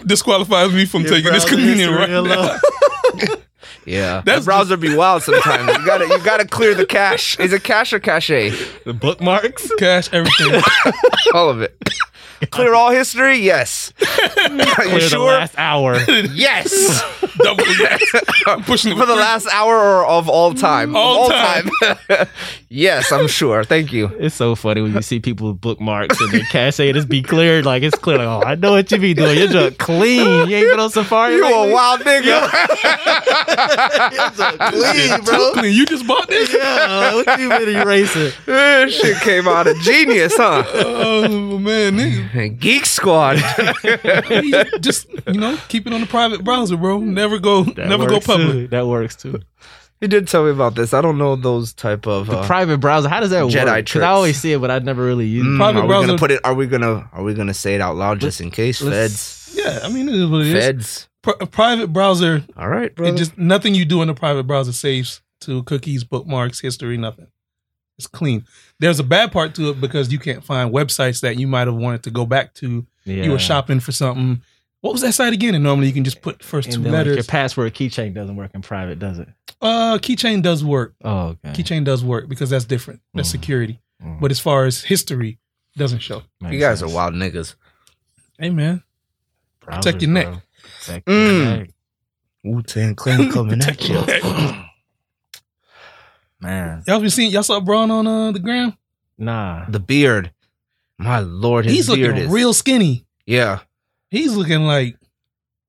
disqualifies me from
Your
taking this
browser
communion
history
right now.
alone.
yeah, that
That's
browser be wild sometimes. You gotta you gotta clear the cache. Is it cache or cache?
The bookmarks.
Cash everything.
All of it. Clear all history. Yes. Are you
Clear the
sure?
last hour.
Yes.
Double yes. I'm pushing it
For the
through.
last hour or of all time. Of
All
time. yes, I'm sure. Thank you.
It's so funny when you see people with bookmarks and their cache just be cleared. Like it's clear. Like, oh, I know what you be doing. You're just clean. You ain't been on Safari.
You a
lately?
wild nigga.
You're just clean, bro.
Brooklyn, you just bought this?
Yeah, what you been erasing?
Shit came out of genius, huh?
Oh man, nigga.
Geek Squad.
just you know, keep it on the private browser, bro. Never go,
That
never go
works,
public.
Too. That works too.
you did tell me about this. I don't know those type of. Uh,
Private browser. How does that
Jedi
work? Because
tricks.
I always see it, but I never really use it.
Mm,
Private
are we
browser-
gonna put it? Are we gonna are we gonna say it out loud just in case? Feds,
Yeah, I mean it is what it is.
feds.
Pri- private browser,
All right, bro.
it just nothing you do in a private browser saves to cookies, bookmarks, history, nothing. It's clean. There's a bad part to it because you can't find websites that you might have wanted to go back to.
Yeah.
You were shopping for something. What was that site again? And normally you can just put first
And
two
then, like, your
letters.
password keychain doesn't work in private, does it?
uh, keychain does work.
Oh, okay.
Keychain does work because that's different. That's
Mhm.
security.
Mm,
But as far as history, doesn't show.
makes
you guys are
sense.
wild niggas.
Hey man,
Browsers,
Protect your neck.
bro. Protect
Mm.
your neck.
Wu Tang Clan coming at you.
Man,
y'all been seeing y'all saw Braun on uh, the gram.
nah.
The beard, my lord, his
He's
beard
looking
is
real skinny.
Yeah,
He's looking like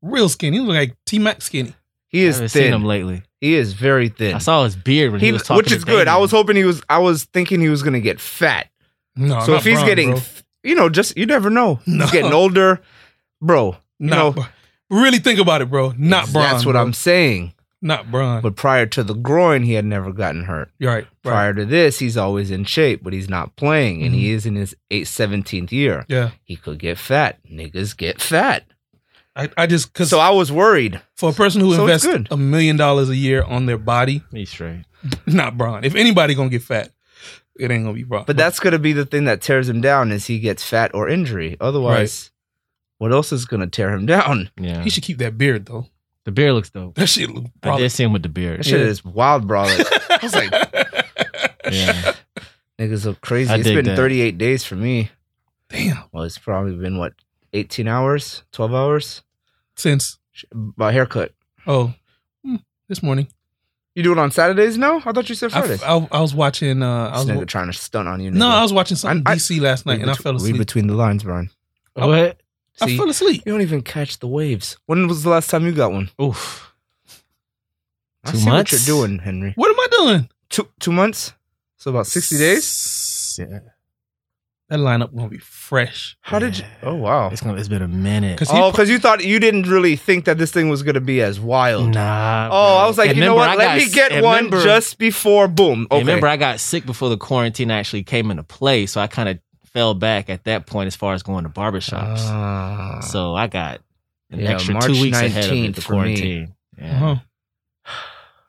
real skinny. He's looking like T Mac skinny.
he
I
is
haven't seen him
thin.
lately.
He is very thin.
I saw his beard when he,
He-
was talking.
which
to
is good. I
Damon.
was hoping he was. I was thinking he was gonna get fat.
No,
so
not
if he's
Braun,
getting,
bro.
th- you know, just you never know.
No.
He's getting older, bro. you
Nah,
know-
bro. really think about it, bro. Not Braun.
That's what
bro.
I'm saying.
Not Braun.
But prior to the groin, he had never gotten hurt.
You're right. right.
Prior to this, he's always in shape, but he's not playing, and
Mm-hmm.
he is in his eight, 17th year.
Yeah,
He could get fat. Niggas get fat.
I, I just because
So I was worried.
for a person who
so it's
invests
good.
a million dollars a year on their body,
Me straight.
not Braun. If anybody gonna get fat, it ain't gonna be Braun.
But that's going to be the thing that tears him down is he gets fat or injury. Otherwise, what else is going to tear him down?
Yeah,
he should keep that beard though.
the beard looks dope.
That shit look
I
probably.
did see him with the beard.
That shit
Yeah.
is wild, bro. Like,
I
was like-
Yeah,
niggas look crazy.
I
It's
dig
been
that.
38 days for me.
damn.
Well, it's probably been, what, 18 hours, 12 hours?
Since
Sh- My haircut.
oh, Mm, this morning.
You do it on Saturdays now? I thought you said
I,
Fridays.
I- I was watching. Uh, I
This
was,
nigga
wa-
trying to stunt on you.
no,
nigga.
I was watching something
I- I-
DC last night,
Read
and I
bet-
fell
Read
asleep.
between the lines, Brian.
What?
I
See,
fell asleep.
you don't even catch the waves. When was the last time you got one?
Oof.
I
Two
see
months?
what you're doing, Henry.
What am I doing?
Two two months. So about sixty days.
Yeah.
That lineup gonna be fresh.
How did you? Oh wow.
It's gonna. It's been a minute.
'Cause he
Oh,
pro-
because you thought you didn't really think that this thing was gonna be as wild.
Nah.
Oh, I was like,
And
you know
remember, I
what? Let
got
me
s-
get
and
one
remember-
just before boom.
And
Okay.
Remember, I got sick before the quarantine actually came into play, so I kind of fell back at that point as far as going to barbershops.
Ah.
so I got an
Yeah,
extra
March
two weeks ahead of
19th
it, the
for me.
quarantine. Yeah.
Uh-huh.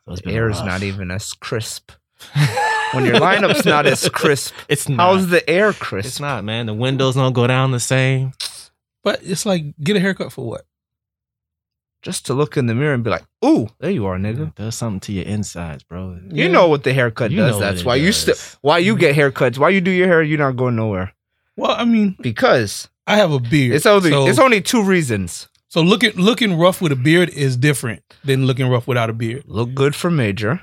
So it's
the
been
air is
rough.
not even as crisp.
Uh-huh.
When your lineup's not as crisp,
It's not.
how's the air crisp?
it's not, man. The windows don't go down the same.
But it's like get a haircut for what?
Just to look in the mirror and be like, "Ooh, there you are, nigga."
It does something to your insides, bro.
Yeah.
You know what the haircut
You know
does.
what
That's
it
why you still.
does. Mm-hmm.
Why you get haircuts? Why you do your hair? You're not going nowhere
Well, I mean,
because
I have a beard.
it's only
so,
it's only two reasons.
so looking looking rough with a beard is different than looking rough without a beard.
Look good for Major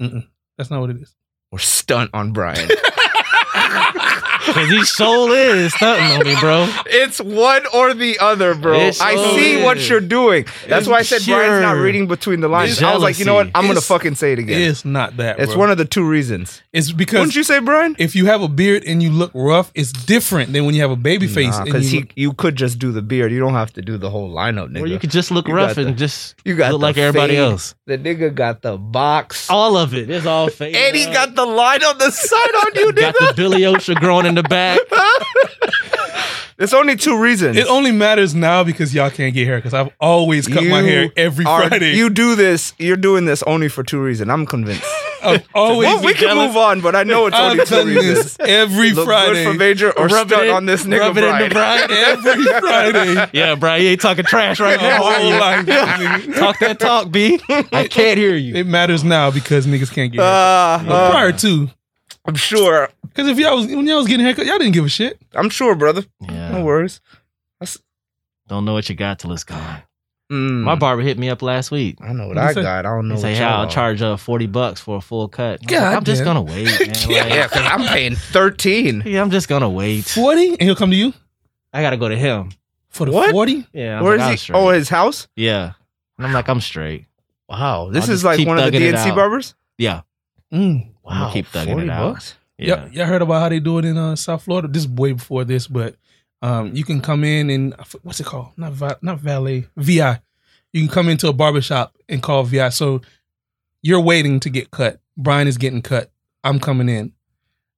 That's not what it is.
or stunt on Brian.
Cause he soul is stunting on me, bro.
it's one or the other, bro.
It's
I
so
see what
is.
you're doing. That's
It's
why I said Brian's not
pure
reading between the lines. I was like, you know
jealousy.
what? I'm gonna
It's-
fucking say it again.
It's not that.
It's
bro.
one of the two reasons.
It's because
Wouldn't you say, Brian?
if you have a beard and you look rough, it's different than when you have a baby face. and
because
you
he you could just do the beard. You don't have to do the whole lineup, nigga.
Or you could just look
You
rough
got
and just
You got
look
the
like everybody
fade.
else.
The nigga got the box,
Oh,
All of it. It's all fake.
and he got the line on the side on you,
got
nigga.
the Billy Ocean growing in the back.
There's only two reasons.
It only matters now because y'all can't get hair because I've always cut my
You
hair every
Are-
Friday.
You do this. You're doing this only for two reasons. I'm convinced.
I've always
well, we can move on, but I know it's only
I've
two
done
reasons.
this every
Look
Friday.
good for major or
Rub it
stunt
in-
on this nigga
rub it in the
Brian.
Brian.
every Friday.
Yeah, Brian, you ain't talking trash right
My
now.
whole
are
life.
you?
nigga.
Talk that talk, B. I can't hear you.
It matters now because niggas can't get
Uh,
hair.
uh,
Prior to,
I'm sure.
because if y'all was when y'all was getting haircut, y'all didn't give a shit.
I'm sure, brother. No
Yeah.
worries.
Don't know what you got till it's gone.
Mm,
My barber hit me up last week.
I know what
What'd
I
he say?
got. I don't know
He
what
said, "Yeah,
y'all
I'll
are."
charge uh forty bucks for a full cut." I was like,
God
I'm just
damn.
gonna wait, man.
Yeah,
Like,
because I'm paying 13.
yeah, I'm just gonna wait.
Forty, and he'll come to you
I gotta go to him.
for the
What?
forty.
Yeah, I'm
Where
like, I'm
is he?
straight.
Oh, his house?
yeah. And I'm like, I'm straight.
Wow. This
I'll
is
just
like
keep
one of the
thugging it
DNC
out.
barbers?
Yeah.
Mm.
I'm gonna keep thugging it out.
bucks?
Yeah.
Y'all, y'all heard about how they do it in uh, South Florida? This is way before this, but um, you can come in and what's it called? Not va- not valet, VI. You can come into a barbershop and call VI. So you're waiting to get cut. Brian is getting cut. I'm coming in,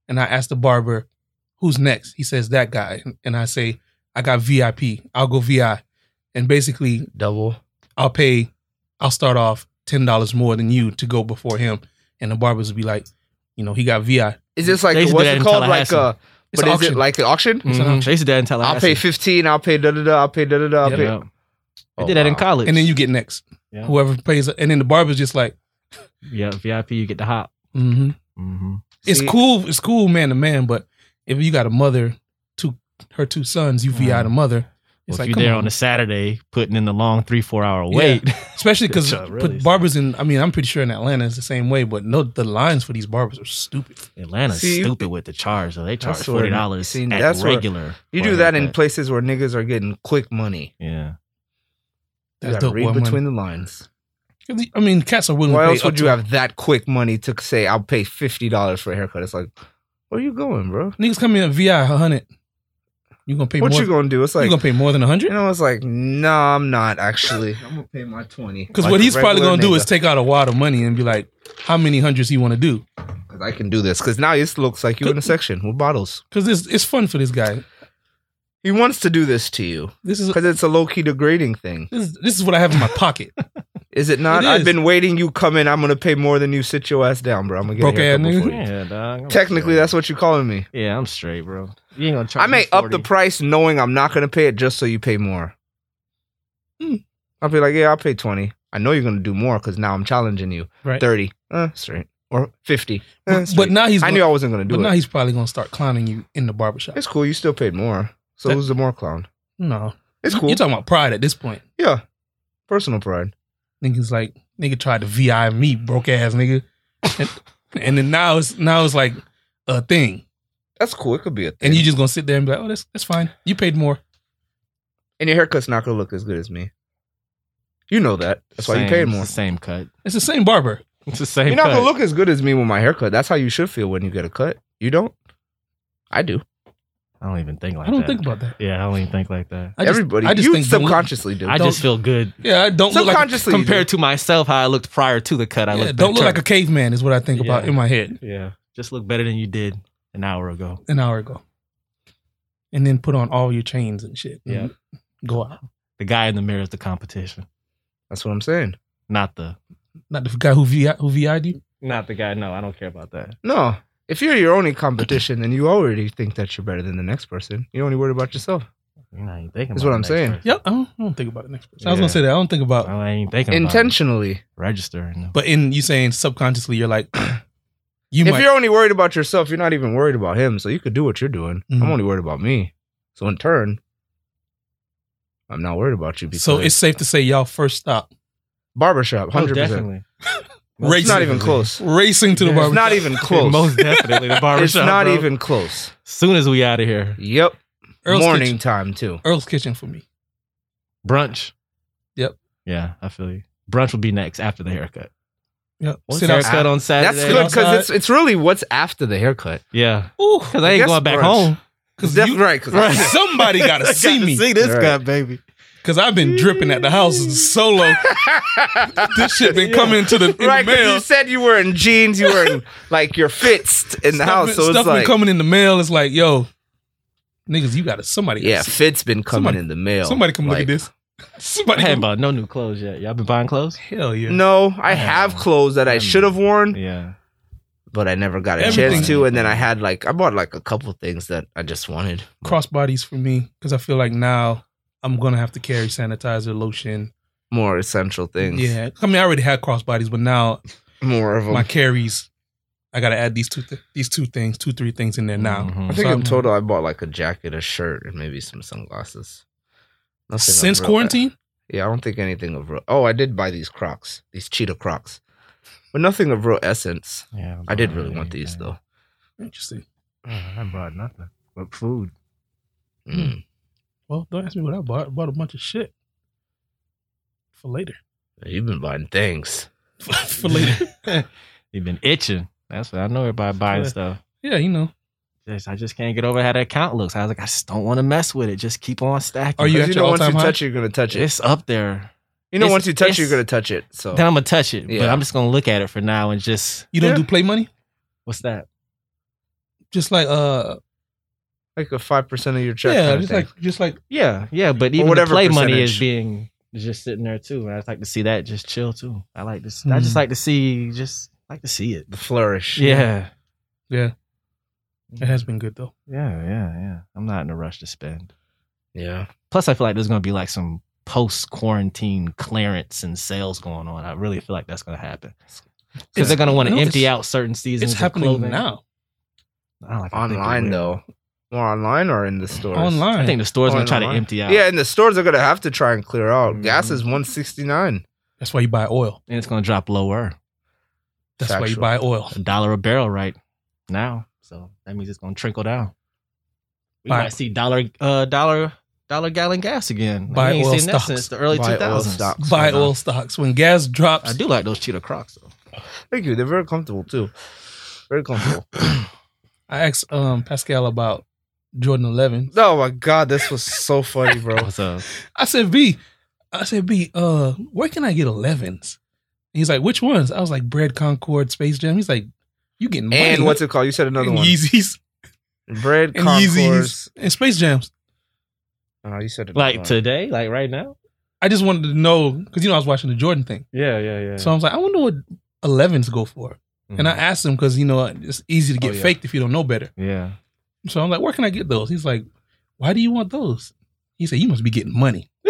and I ask the barber, "Who's next?" He says, "That guy," and I say, "I got VIP. I'll go VI," and basically
Double.
I'll pay, I'll start off ten dollars more than you to go before him, and the barbers will be like, you know, he got VI.
Is this
They
like,
used to do
what's
that
it
in
called? Like
Tallahassee.
a,
It's
but
an
is
auction.
it like an auction? Mm,
Mhm. Chase dad in Tallahassee.
I'll pay 15, I'll pay da da da, I'll pay da da da, I'll
Yeah.
pay.
Yeah. I
Oh,
did that in
wow.
college.
and then you get next.
Yeah.
Whoever pays, and then the barber's just like,
yeah, VIP, you get the hop.
mm-hmm.
Mm-hmm.
it's
See-
cool, it's cool, man to man. But if you got a mother, two her two sons, you VI the mother. It's
Well,
like
if
come
you're there
on.
on. a Saturday, putting in the long three, four hour wait.
especially because
Good job, really.
barbers in. I mean, I'm pretty sure in Atlanta it's the same way. But no, the lines for these barbers are stupid.
Atlanta's
See, you-
stupid with the charge, though. They charge
That's where-
forty dollars
see,
at
that's where-
regular.
You
for
do
a
that in
haircut.
places where niggas are getting quick money.
yeah.
You
That's
gotta
dope,
read
well, man.
between the lines.
'Cause the- I mean, cats are willing.
Why
to pay
else
up
would
to-
you have that quick money to say, I'll pay $50 for a haircut? It's like, where you going, bro?
Niggas come in at VI a hundred. You gonna pay
What
more?
you gonna do? It's
you
like,
gonna pay more than a
you
hundred?
know, it's like, nah, I'm not actually. I'm gonna pay my 20.
Because
Like
what
a
he's probably
regular
gonna do
nigga.
is take out a wad of money and be like, how many hundreds you want to do?
Cause I can do this. Because now it looks like you in a section with bottles.
Because it's it's fun for this guy.
He wants to do this to you
This is
because it's a low key degrading thing.
this, is- this is what I have in my pocket.
Is it not?
It
I've
is.
been waiting. You come in. I'm gonna pay more than you. Sit your ass down, bro. I'm gonna get
Broke
a haircut
ass nigga.
before you.
Yeah, dog. I'm
Technically,
straight.
that's what you're calling me.
Yeah, I'm straight, bro. You ain't gonna charge.
I may
me
up the
40.
price knowing I'm not gonna pay it just so you pay more.
Hmm.
I'll be like, yeah, I'll pay twenty. I know you're gonna do more because now I'm challenging you.
Right.
Thirty, uh, straight or fifty. eh,
but,
straight.
now he's
I
gonna,
knew I wasn't gonna
but
do
now
it.
he's probably gonna start clowning you in the barbershop.
It's cool. You still paid more. So
That-
who's the more clown?
No,
It's cool.
You're talking about pride at this point.
yeah, personal pride.
Niggas like nigga tried to VI me, broke ass nigga. And, and then now it's now it's like a thing.
That's cool. It could be a thing.
And you just gonna sit there and be like, oh, that's that's fine. You paid more.
and your haircut's not gonna look as good as me. You know that. That's why you
Same-
paid
it's
more.
the same cut.
It's the same barber.
It's the same
You're not
cut.
gonna look as good as me with my haircut. That's how you should feel when you get a cut. You don't. I do.
I don't even think like
I don't
that.
think about that.
Yeah, I don't even think like that.
I just,
Everybody,
I just
you
think don't look-
subconsciously do.
I just feel good
Yeah, I don't look like
subconsciously
compared to myself how I looked prior to the cut. I
yeah,
look
don't look like
better.
a caveman is what I think about
Yeah.
in my head
yeah. Just look better than you did an hour ago.
an hour ago. And then put on all your chains and shit. and
Yeah.
Go out.
The guy in the mirror is the competition,
That's what I'm saying.
not the
Not the guy who VI who VI'd you.
not the guy. No, I don't care about that.
No, if you're your only competition, then you already think that you're better than the next person. You're only worried about yourself.
You're not even thinking.
That's
about
what I'm
the next
saying.
person.
Yep. I don't, I don't think about it next person. I was
Yeah.
gonna say that. I don't think about
I ain't thinking about
Intentionally.
it. registering.
but in you saying subconsciously you're like you
if
might
you're only worried about yourself, you're not even worried about him. So you could do what you're doing.
Mhm.
I'm only worried about me. So in turn, I'm not worried about you. Because
so it's Oh, safe to say y'all first stop
barbershop,
Oh,
hundred percent.
Racism.
It's not even close.
racing to the
Yeah.
barber.
It's not even close.
Most definitely the barbershop.
it's not
bro.
even close.
Soon as we out of here,
Yep.
Earl's
Morning
Kitchen.
time too.
Earl's Kitchen for me.
brunch.
Yep.
Yeah, I feel you. Brunch will be next after the haircut.
Yep.
Once
Sit
haircut
outside.
on Saturday.
That's good because
outside.
it's it's really what's after the haircut.
Yeah,
Ooh,
because I ain't
guess
going back
brunch.
home.
because
That's right. 'cause I-
somebody gotta
I
see me
See this
Right.
guy, baby.
because I've been dripping at the house solo. This shit been coming to the, in
right,
the
'cause
mail.
you said you were in jeans, you were in like your fits in the
stuff
house,
been-
so
stuff
it's like
been coming in the mail. It's like yo, niggas, you gotta somebody. gotta
yeah,
see-
fits been coming
Somebody-
in the mail.
somebody come
Like,
look at this.
I
Somebody
haven't
come,
bought no new clothes yet. Y'all been buying clothes?
hell yeah.
No, I
Yeah.
have clothes that I
Yeah.
should have worn,
Yeah.
but I never got a
Everything.
chance to. And then I had like I bought like a couple things that I just wanted.
Crossbodies for me because I feel like now I'm gonna have to carry sanitizer, lotion.
More essential things.
Yeah, I mean, I already had crossbodies, but now
More of them.
my carries, I gotta add these two, th- these two things, two three things in there now.
Mhm.
I think
So
in total I bought like a jacket, a shirt, and maybe some sunglasses. Nothing of
since
real-
quarantine,
Yeah, I don't think anything of real. Oh, I did buy these Crocs, these cheetah Crocs, but nothing of real essence.
Yeah.
I did really want these though.
interesting.
I brought nothing but food.
Mm,
Well, don't ask me what I bought. I bought a bunch of shit for later.
you've been buying things.
for later,
You've been itching. That's what I know. Everybody buying
Yeah.
stuff.
yeah, you know.
Just, I just can't get over how that count looks. I was like, I just don't want to mess with it. Just keep on stacking.
Are you at
you
your
know, once you
all-time high?
touch it, you're gonna touch it.
It's up there.
You know,
it's-
once you touch it, you're
it's-
gonna touch it. So
Then I'm gonna touch it, but
Oh. Yeah.
I'm just gonna look at it for now and just
You don't
Yeah.
do play money,
what's that?
just like uh,
like a five percent of your check.
yeah,
kinda
just
thing.
like just like
Yeah, yeah. But even
whatever
the play money
percentage.
is being is just sitting there too. And I'd like to see that just chill too. I like this. I
Mhm.
just like to see just like to see it.
the flourish.
Yeah,
it has been good though.
yeah, yeah, yeah. I'm not in a rush to spend.
yeah.
Plus, I feel like there's gonna be like some post quarantine clearance and sales going on. I really feel like that's gonna happen because they're gonna want
no,
to empty
it's-
out certain seasons.
It's
of
happening
clothing.
now
I don't like I think
Online
they're-
though, more online or in the stores?
online.
I think the store's gonna try to
Online.
empty out.
Yeah, and the stores are gonna have to try and clear out.
Mm-hmm.
Gas
Mhm.
is one sixty nine.
that's why you buy oil.
and it's gonna drop lower.
That's why you
Factual.
buy oil.
a dollar a barrel right now. So that means it's gonna trickle down. We
Buy-
might see dollar uh dollar dollar gallon gas again.
Buy
I ain't
oil
seen that
stocks.
since the early two thousands.
Buy oil stocks when gas drops.
I do like those cheetah crocs though.
Thank you. They're very comfortable too. Very comfortable.
I asked um, Pascal about Jordan 11.
oh my god, this was so funny, bro.
What's up?
I said, B, I said, B, uh, where can I get 11s? He's like, which ones? I was like, Bread Concord, Space Jam. He's like, you getting money.
And what's it called? You said another
and
one.
Yeezys
Bread
and
Concourse.
Yeezys and Space Jams.
Oh, you said another
Like
one.
today, like right now?
I just wanted to know because you know I was watching the Jordan thing,
Yeah, yeah, yeah.
so I was like, I wonder what 11s go for. And
Mm-hmm.
I asked him because you know it's easy to get
Oh, yeah.
faked if you don't know better.
Yeah.
So I'm like, where can I get those? He's like, why do you want those? He said, you must be getting money.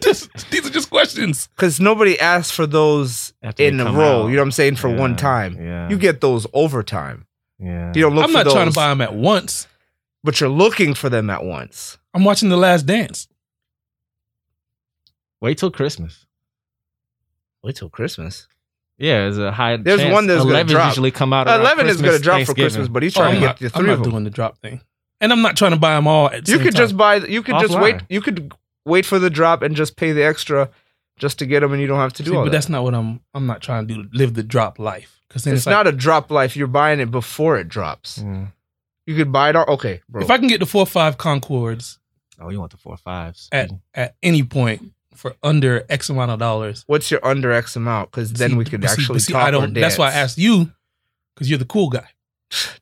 Just- these are just questions.
Because nobody asked for those
After
in
they
a
come
row.
out.
You know what I'm saying? For one
Yeah,
time,
Yeah.
you get those overtime.
yeah.
You don't look.
I'm not
for
trying to
those,
buy them at once.
but you're looking for them at once.
I'm watching The Last Dance.
Wait till Christmas.
Wait till Christmas.
Yeah, there's a high.
There's
chance.
one that's gonna
11's
drop.
usually come out. around
Uh, Eleven is going to drop for
Thanksgiving.
Christmas, but he's
Oh,
trying
I'm
to
not,
get the
I'm
three
not
of them.
doing the drop thing, and I'm not trying to buy them all. At the
You
same
could
time.
just buy. You could just wait.
Offline.
You could wait for the drop and just pay the extra, just to get them, and you don't have to do
See,
all
but
that.
that's not what I'm. I'm not trying to do. Live the drop life because then
It's,
it's, like,
not a drop life. You're buying it before it drops.
Mm.
You could buy it all. Okay, bro.
if I can get the four or five Concords
Oh, you want the four fives?
at at any point for under X amount of dollars,
What's your under X amount? Because then
See,
we could
but see-
actually
but see,
talk
I
or
don't.
dance.
That's why I asked you because you're the cool guy.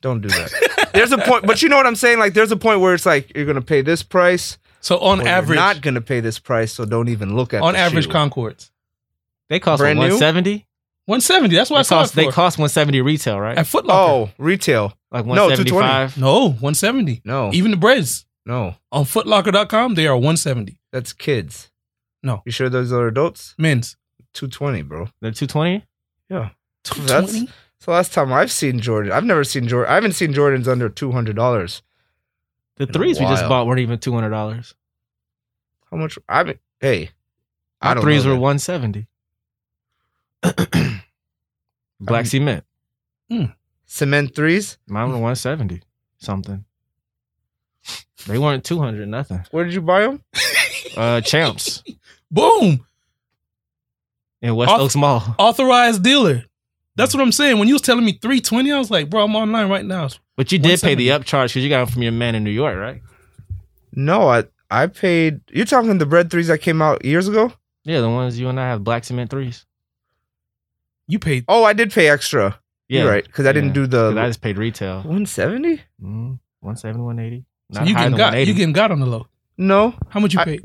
Don't do that. there's a point, but you know what I'm saying. Like, there's a point where it's like you're gonna pay this price.
So
or
on
you're
average,
not gonna pay this price. So don't even look at
on
the
average
shoe.
Concords
They cost
Brand new?
one seventy.
170. That's what I
They
saw it
cost they
for.
cost one seventy retail, right?
at Foot Locker.
Oh, retail.
like
no,
one seventy
220.
five.
No, 170.
No,
Even the breads
no,
on footlocker.com, they are 170.
that's kids.
No.
you sure those are adults?
Men's.
Two twenty, bro.
They're two twenty.
That's- It's the last time I've seen Jordan. I've never seen Jordan. I haven't seen Jordans under two hundred dollars.
The
Been a
threes we just
while.
bought weren't even two hundred dollars.
How much? I mean, hey, I
My
don't
threes
know
were
that.
one seventy. Black
I'm-
cement.
cement threes.
Mine were one seventy something. They weren't two hundred nothing.
Where did you buy them?
Uh, champs
Boom.
in West
Off-
Oaks Mall.
Authorized dealer. That's what I'm saying. When you was telling me 320, I was like, bro, I'm online right now.
But you did pay the upcharge because you got them from your man in New York, right?
No, I I paid. You're talking the bread threes that came out years ago.
Yeah, the ones you and I have black cement threes.
You paid
Oh, I did pay extra.
Yeah,
You're right, Uh, because I didn't
Yeah.
do
'Cause I
the
just paid retail.
one seventy.
Mm, 170, 180.
so
Not
you
higher
getting
than
got you
180.
getting got on the low.
No,
How much you
I-
paid?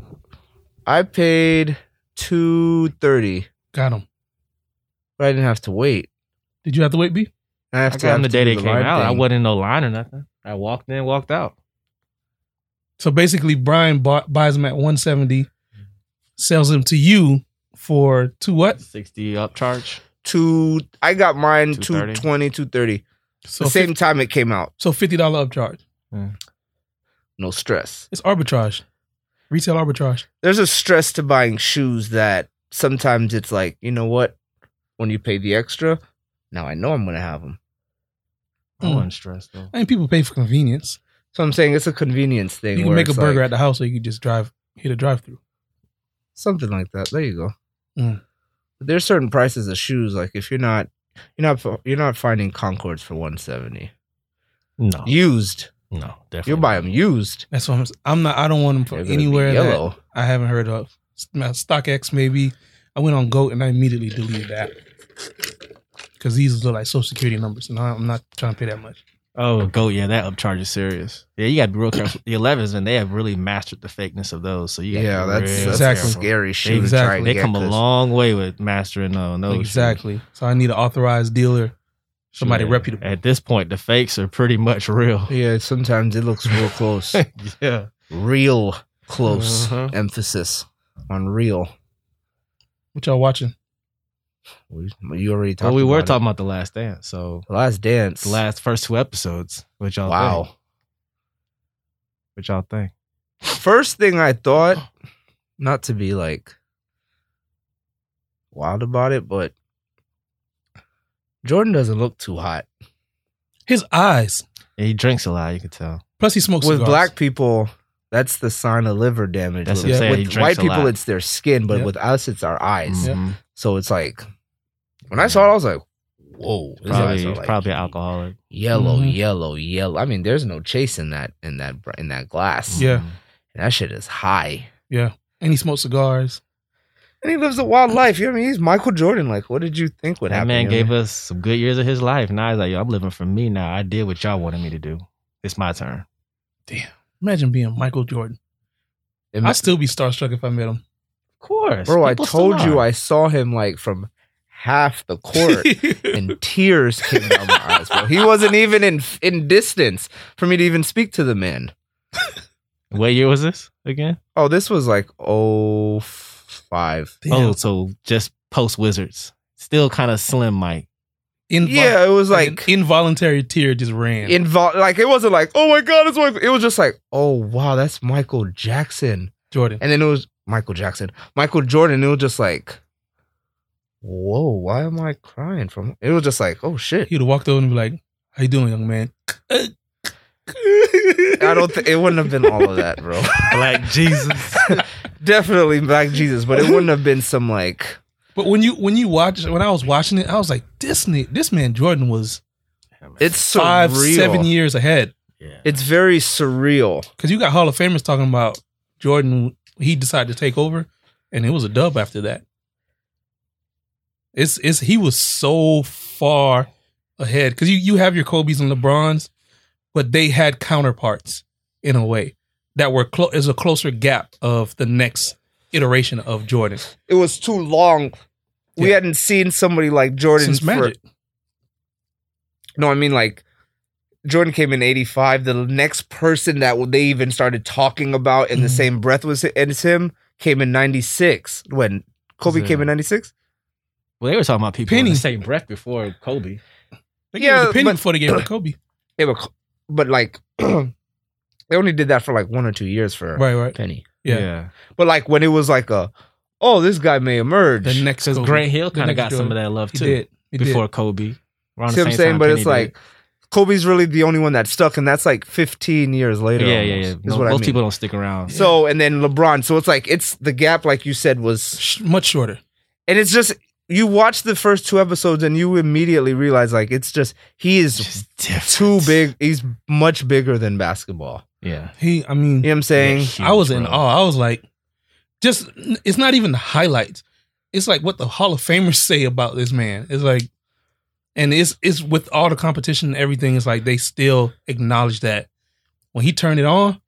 I paid two thirty,
Got them.
but I didn't have to wait.
Did you have to wait, B?
I have
I
to
got
have
them the
to
day
do
they
the
came
line
out. I
thing.
wasn't in no line or nothing. I walked in, walked out.
So basically, Brian bought, buys them at 170, sells them to you for two what?
60 upcharge.
Two. I got mine two
230.
twenty, two thirty.
So
The same time it came out.
So fifty dollar upcharge.
No stress.
It's arbitrage, retail arbitrage.
there's a stress to buying shoes that sometimes it's like, you know what? When you pay the extra, now I know I'm going to have them.
I
Mm.
wasn't stressed though.
I mean, people pay for convenience.
So I'm saying it's a convenience thing.
You can
where
make a
it's
burger
like-
at the house, or you can just drive hit a drive through.
something like that. There you go.
Mm.
But there's certain prices of shoes. Like if you're not, you're not, you're not finding Concords for 170
No.
used.
no, definitely.
You'll buy them used.
That's what I'm. s- I'm not. I don't want them
They're
from
gonna be
anywhere that
yellow.
I haven't heard of. S- now, StockX maybe. I went on Goat and I immediately deleted that because these look like social security numbers, and I- I'm not trying to pay that much.
Oh, go. Yeah, that upcharge is serious. Yeah, you got to be real careful. The 11s, and they have really mastered the fakeness of those. So you gotta
Yeah,
be
that's,
real
that's
Exactly.
a
careful.
scary shoe.
Exactly.
Exactly.
They come a long way with mastering uh,
Oh,
those. shoes.
exactly. So I need an authorized dealer, somebody
Yeah.
reputable.
At this point, the fakes are pretty much real.
Yeah, sometimes it looks real close.
yeah.
real close.
Uh-huh.
Emphasis on real.
What y'all watching?
We, you already talked.
Well, we were
about it.
talking about the last dance. So
The last dance.
the last first two episodes. What y'all
wow.
think? What y'all think?
First thing I thought, not to be like wild about it, but Jordan doesn't look too hot.
His eyes.
He drinks a lot. You can tell.
Plus he smokes
With
cigars.
black people, that's the sign of liver damage.
That's
with
what I'm
saying, he
with
drinks
white
a
people,
lot.
it's their skin, but
Yeah.
with us, it's our eyes.
Yeah.
Mhm.
So it's like when I saw it, I was like, "Whoa!" His eyes
Probably,
are like
probably alcoholic.
yellow,
Mhm.
yellow, yellow. I mean, there's no chase in that in that br- in that glass.
Yeah.
And that shit is high.
and he smokes cigars.
And he lives a wild life. You know what I mean? He's Michael Jordan. Like, what did you think would
that
happen?
man
You know
gave
what
us some good years of his life. Now he's like, yo, I'm living for me now. I did what y'all wanted me to do. It's my turn.
Imagine being Michael Jordan.
I mean?
I'd still be starstruck if I met him.
Of course.
Bro, I
People still
told you
are.
I saw him like from half the court. and tears came down my eyes, bro. He wasn't even in in distance for me to even speak to the man.
What year was this again?
Oh, this was like oh five.
Damn.
Oh, so just post Wizards. Still kind of slim, Mike.
Invol-
Yeah, it was like
an involuntary tear just ran.
involved. Like it wasn't like oh my god, it's Michael. It was just like oh wow, that's Michael Jackson.
Jordan.
And then it was Michael Jackson, Michael Jordan. It was just like, whoa, why am I crying from? It was just like, oh shit.
He'd have walked over and be like, "How you doing, young man?" I
I don't. Th- it wouldn't have been all of that, bro.
Like Jesus.
Definitely Black Jesus, but it wouldn't have been some like.
But when you when you watch when I was watching it, I was like, "This ni- this man Jordan was
It's surreal.
five seven years ahead."
yeah.
It's very surreal.
Because you got Hall of Famers talking about Jordan. He decided to take over, and it was a dub after that. It's it's he was so far ahead because you you have your Kobe's and LeBrons, but they had counterparts in a way that were close. Is a closer gap of the next iteration of Jordan
It was too long. We
Yeah.
hadn't seen somebody like Jordan
since
for-
Magic.
No, I mean like Jordan came in '85. The next person that they even started talking about in the
Mhm.
same breath was as him came in '96 when Kobe
Yeah.
came in '96.
Well, they were talking about people in
Penny.
the same breath before Kobe.
They gave it
Yeah,
the opinion
but-
before they gave it to Kobe.
Yeah, but, but like they only did that for like one or two years for
Right, right.
Penny.
Yeah.
But like when it was like a, oh, this guy may emerge.
The next
Because
Kobe.
Grant Hill kind
The next
of got some
Jordan.
of that love
He
too
did. He did.
before Kobe. Around
See
the
what I'm
same
saying?
time
But
Penny
it's
did.
like Kobe's really the only one that's stuck, and that's like 15 years later.
yeah, yeah,
almost,
yeah.
Is
No,
what
most
I mean.
people don't stick around.
So and then LeBron. So it's like it's the gap, like you said, was
Sh- much shorter.
and it's just you watch the first two episodes and you immediately realize like it's just he is
Just different.
too big. He's much bigger than basketball.
Yeah.
He, I mean,
You know what I'm saying?
Huge,
I was in
bro.
awe. I was like, just it's not even the highlights. It's like what the Hall of Famers say about this man. It's like, and it's it's with all the competition and everything. It's like they still acknowledge that when he turned it on,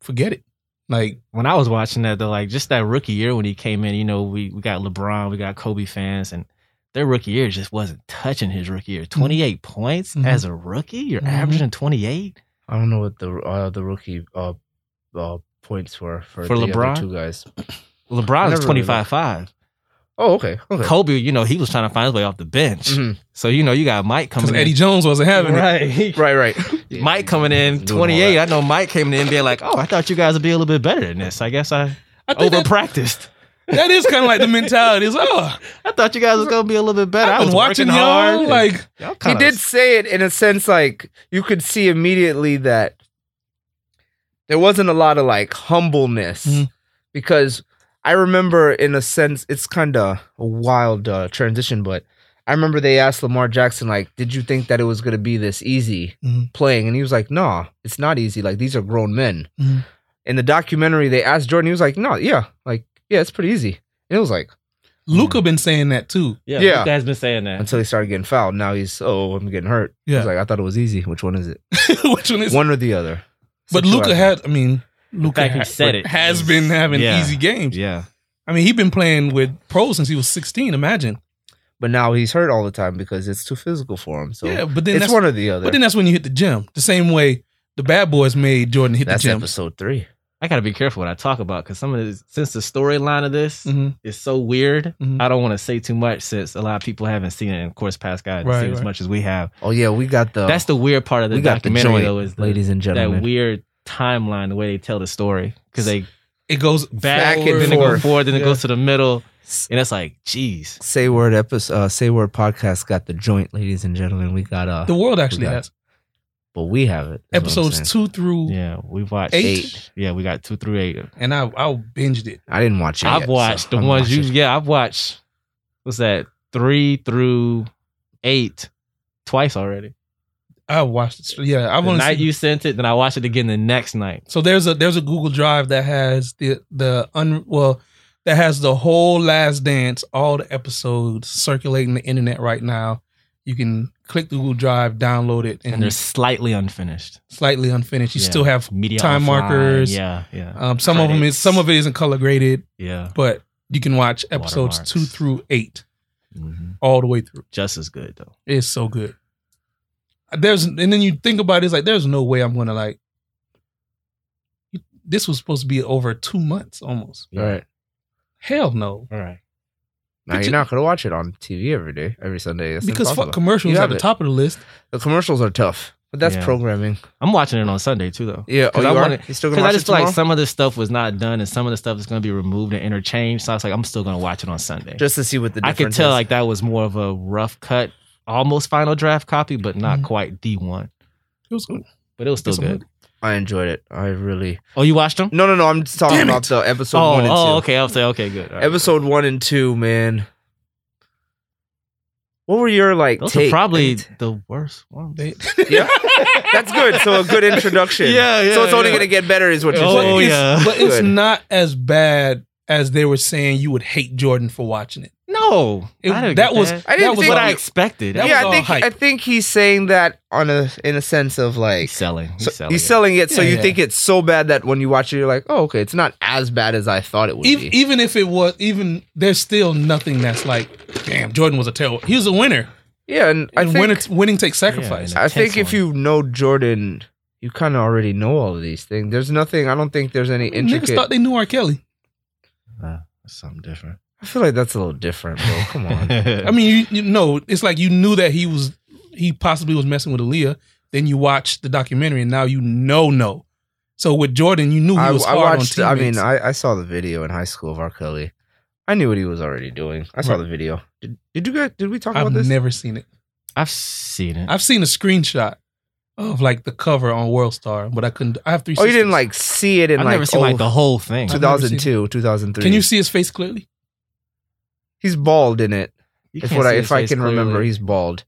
forget it. Like
when I was watching that, though, like just that rookie year when he came in, you know, we, we got LeBron, we got Kobe fans, and their rookie year just wasn't touching his rookie year. 28 points
Mhm.
as a rookie? You're
Mhm.
averaging 28?
I don't know what the uh, the rookie uh, uh, points were for,
For
the other
LeBron?
two guys.
LeBron
Never
was
really
25 5.
Oh, okay, okay.
Kobe, you know, he was trying to find his way off the bench.
Mhm.
So, you know, you got Mike
because
coming
Eddie
in.
Jones wasn't having it.
Right.
Right, right.
Mike coming in
Doing all
28. I
that.
know Mike came in being like, oh, I thought you guys would be a little bit better than this. I guess I
I think
over
that,
practiced.
that is kind of like the mentality. Is oh,
I thought you guys was going to be a little bit better. I
I've
was
been watching
watching
y'all.
hard. and Mm.
Like
y'all
He
kinda
did say it in a sense like you could see immediately that there wasn't a lot of like humbleness
Mhm.
because I remember in a sense it's kind of a wild uh, transition, but I remember they asked Lamar Jackson like, "Did you think that it was gonna be this easy
Mhm.
playing?" And he was like, "Nah, it's not easy. Like these are grown men."
Mhm.
In the documentary, they asked Jordan. He was like, "No, yeah, like yeah, it's pretty easy." And it was like
Luca been saying that too.
Yeah,
Yeah.
Luka has been saying that.
until he started getting fouled. Now he's oh, I'm getting hurt.
Yeah.
He's like, "I thought it was easy. Which one is it?"
Which one is?
one or the other.
but
Situation.
Luca had. I mean, Luca
fact he said it
has
is-
been having
Yeah.
easy games.
Yeah.
I mean, he's been playing with pros since he was 16. Imagine.
but now he's hurt all the time because it's too physical for him. So
yeah, but then
it's
that's
one or the other.
but then that's when you hit the gym. The same way the bad boys made Jordan hit
that's
the gym.
episode three.
I gotta be careful what I talk about because some of this, since the storyline of this
Mhm.
is so weird,
Mhm.
I don't want to say too much since a lot of people haven't seen it. And of course, Pascal hasn't
Right,
seen as
right.
much as we have.
Oh yeah, we got the
That's the weird part of the
we got the
documentary,
joint,
though, is the-
ladies and
that
gentlemen.
weird timeline, the way they tell the story because they
It goes
back,
Back and
and then they go
forth.
forward, then it
Yeah.
goes to the middle, and it's like, jeez,
say word episode. Uh, say word podcast got the joint, ladies and gentlemen. We got uh,
The world actually
Yeah.
has
but we have it. is what I'm saying.
episodes two through,
yeah, we watched
Eight?
Yeah, we got two through eight.
and I I binged it.
I didn't watch it.
I've
yet,
watched
so
the
I'm
ones you.
watching.
Yeah, I've watched. What's that? Three through eight, twice already.
I watched it. So, Yeah, I've
The
only
night
seen,
you sent it, then I watched it again the next night.
so there's a there's a Google Drive that has the the un well that has the whole Last Dance, all the episodes circulating the internet right now. You can click the Google Drive, download it,
And
and,
they're slightly unfinished.
slightly unfinished. You
Yeah.
still have
Media
Time
offline,
markers.
Yeah, yeah,
Uh,
um, some of them is
Credits.
some of it isn't color graded.
yeah.
but you can watch episodes
Watermarks.
two through eight
Mhm.
all the way through.
Just as good though.
It's so good. There's and then you think about it, it's like there's no way I'm gonna like. This was supposed to be over two months almost.
All right.
Hell no,
All right.
But
Now you're
you-
not gonna watch it on TV every day, every Sunday. That's
because
impossible.
fuck commercials
You
at
have
the
it.
top of the list.
the commercials are tough. But that's
Yeah.
programming.
I'm watching it on Sunday too, though.
Yeah.
Because I wanted-
you still
Because
gonna
I
watch
just
it
feel like
tomorrow?
some of this stuff was not done, and some of the stuff is going to be removed and interchanged. So I was like, I'm still going to watch it on Sunday.
just to see what the
I
difference
could tell
is.
like that was more of a rough cut, almost final draft copy, but not
Mm-hmm.
Mhm.
quite D one.
It was good.
But it was still
It's all
good.
I enjoyed it. I really.
Oh, you watched them?
No, no, no. I'm just talking
Damn
about the episode
Oh,
one and two.
oh, okay. I'll say okay, good. All right.
Episode one and two, man. What were your like?
Those
take-
are probably the worst ones.
They-
Yeah. That's good. So a good introduction.
Yeah, yeah,
So it's only
yeah.
gonna get better, is what you're
Oh,
but
saying.
it's,
yeah.
but it's
Good.
not as bad as they were saying. You would hate Jordan for watching it.
No,
It-
I didn't
that
get
was
that.
I
that
didn't
was
think-
what
all-
I expected.
that
That
yeah,
was
I
all
think
hype.
I think he's saying that on a in a sense of like
he's selling. He's
so-
selling.
he's
it.
selling it, so
Yeah,
you
yeah.
think it's so bad that when you watch it, you're like, oh, okay, it's not as bad as I thought it would
Even,
be.
even if it was, even there's still nothing that's like, damn, Jordan was a terrible. He was a winner,
Yeah, and, I
and
think
winning, winning takes sacrifice.
Yeah,
I think
intense
if
one.
you know Jordan, you kind of already know all of these things. There's nothing. I don't think there's any
Niggas
intricate.
thought they knew R. Kelly.
something different.
I feel like that's a little different, bro. Come on.
I mean, you, you know, it's like you knew that he was he possibly was messing with Aaliyah. Then you watch the documentary, and now you know no. So with Jordan, you knew he
I,
was
I
hard
watched. I
on
mean,
teammates.
I, I saw the video in high school of R. Kelly. I knew what he was already doing. I saw the video. Did, did you guys? Did we talk
I've
about this?
never seen it.
I've seen it.
I've seen a screenshot of like the cover on World Star, but I couldn't. I have three.
oh, you didn't
sisters.
like see it in
I've
like,
never seen like
oh,
the whole thing.
I've never seen
2002, 2003.
Can you see his face clearly?
He's bald in it.
You
If
can't
what I,
see his
if I
face
can remember,
clearly.
he's bald.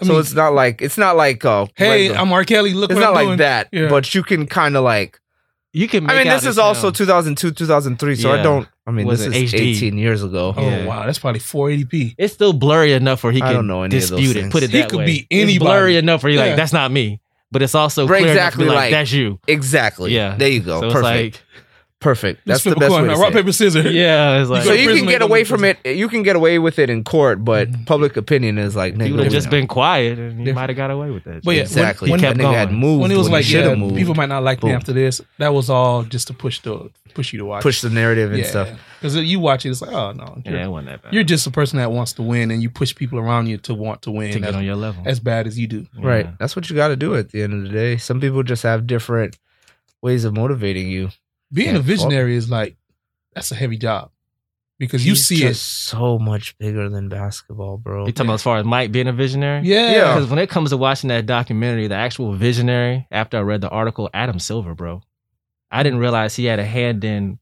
I mean,
so it's not like it's not like uh,
hey,
regular-
I'm R. Kelly. Look
it's
what
not
I'm
like
doing.
that.
Yeah.
But you can kind of like
you can.
I
make
mean,
out
this
his
is also
sound.
2002, 2003, so I
Yeah.
don't. I mean,
Was
this
it
is
HD?
18 years ago.
Oh
Yeah.
wow, that's probably 480p.
it's still blurry enough where he
I
can
don't know any of those
dispute it. Put it
things. He
that
could
way.
be
It's
anybody.
blurry enough where you're
Yeah.
like, that's not me. But it's also
Right,
clear exactly enough to
exactly
be
like-
like, that's you.
Exactly.
Yeah.
There you go.
so
Perfect.
it's
Perfect. That's
Let's
the
flip a
best way
coin.
to
Rock,
say it.
paper, scissors.
like, yeah, it's like
So
Go to
you
prison,
can get
go to
away from
prison.
it. You can get away with it in court, but
Mhm.
public opinion is like
he
nigga.
would
we
have Mm-hmm. just
know.
been quiet and he
Yeah.
might have got away with that.
But yeah, when-
exactly.
when-
That
Kept
nigga
going.
had moved
when it was like,
should
yeah,
have moved.
people might not like
Boom.
me after this. That was all just to push the push you to watch,
push the narrative and stuff.
Because you watch it, it's like, oh no,
yeah,
you're,
it wasn't that bad.
you're just a person that wants to win, and you push people around you to want to
to
win
get
as,
on your level.
as bad as you do.
Right.
Yeah.
That's what you got to do at the end of the day. Some people just have different ways of motivating you.
Being
Yeah,
a
fuck.
visionary is like that's a heavy job because you
He's
see
just
it.
so much bigger than basketball, bro.
You talking about as far as Mike being a visionary?
Yeah,
Yeah.
Because when it comes to watching that documentary, the actual visionary, after I read the article, Adam Silver, bro, I didn't realize he had a hand in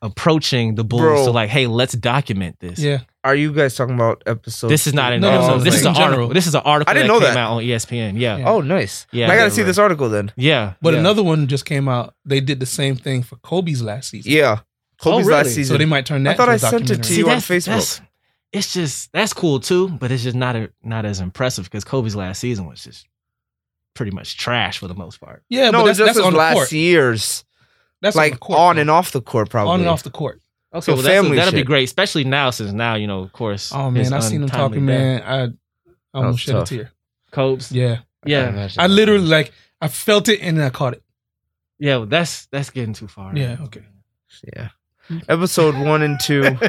approaching the Bulls
Bro.
to like, hey, let's document this.
yeah.
Are you guys talking about episode?
This is not an
No, no,
episode. this
no, like-
is an
in general.
article. This is an article
I didn't
that
know
came
that.
out on E ESPN. Yeah.
Yeah.
Oh, nice.
Yeah,
I got
yeah,
to see
bro.
this article then.
Yeah.
But
yeah.
another one just came out. They did the same thing for Kobe's last season. Oh,
Yeah. Kobe's
Oh, really?
last season.
so they might turn that.
I thought
into a
I sent it to
documentary.
you on
that's-
Facebook.
that's- it's just that's cool too, but it's just not a, not as impressive because Kobe's last season was just pretty much trash for the most part.
Yeah,
no,
but that's,
just
that's
his
on the court.
last year's,
That's
like
on, the
on,
court,
and off the court, probably.
on and off the court.
Okay,
So
well, that's-
family
that'll be
shit.
great, especially now since now you know, of course.
Oh man,
his
I seen him
untimely
talking,
death.
man. I almost
was
shed a
tough.
tear.
Copes. Yeah,
Yeah,
yeah,
I literally like I felt it and then I caught it.
well, that's that's getting too far.
Yeah, okay.
yeah. Episode one and two.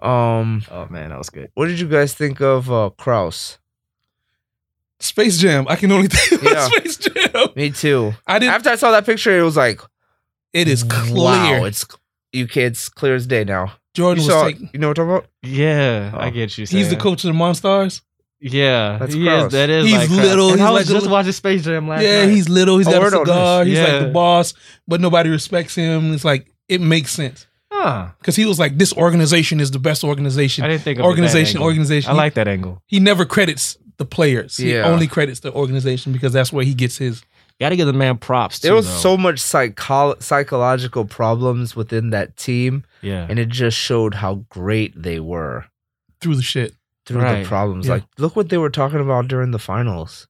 Um,
oh man, that was good.
what did you guys think of uh Kraus?
Space Jam. I can only think of
Yeah.
Space Jam.
Me too.
I didn't.
After I saw that picture, it was like
it is clear.
Wow, it's you kids clear as day now. You
Jordan was
saw,
like,
you know what I'm talking about?
Yeah,
Oh.
I get you.
he's the
saying.
coach of the Monstars.
Yeah,
That's
he
gross.
is. That is.
He's
like,
little,
And
he's
I was
like a
just
little-
watching Space Jam last
yeah,
night.
he's little. He's
A
got a
word on
cigar.
this.
He's like
Yeah.
the boss, but nobody respects him. It's like it makes sense
Huh.
because he was like, this organization is the best
I
organization.
didn't think of it that
Organization,
angle.
organization.
I like that angle.
He never credits the players. He
Yeah.
only credits the organization because that's where he gets his.
Got to give the man props. Too,
There was
though.
so much psycho- psychological problems within that team,
yeah.
and it just showed how great they were.
Through the shit,
through
Right.
the problems.
Yeah.
Like, look what they were talking about during the finals.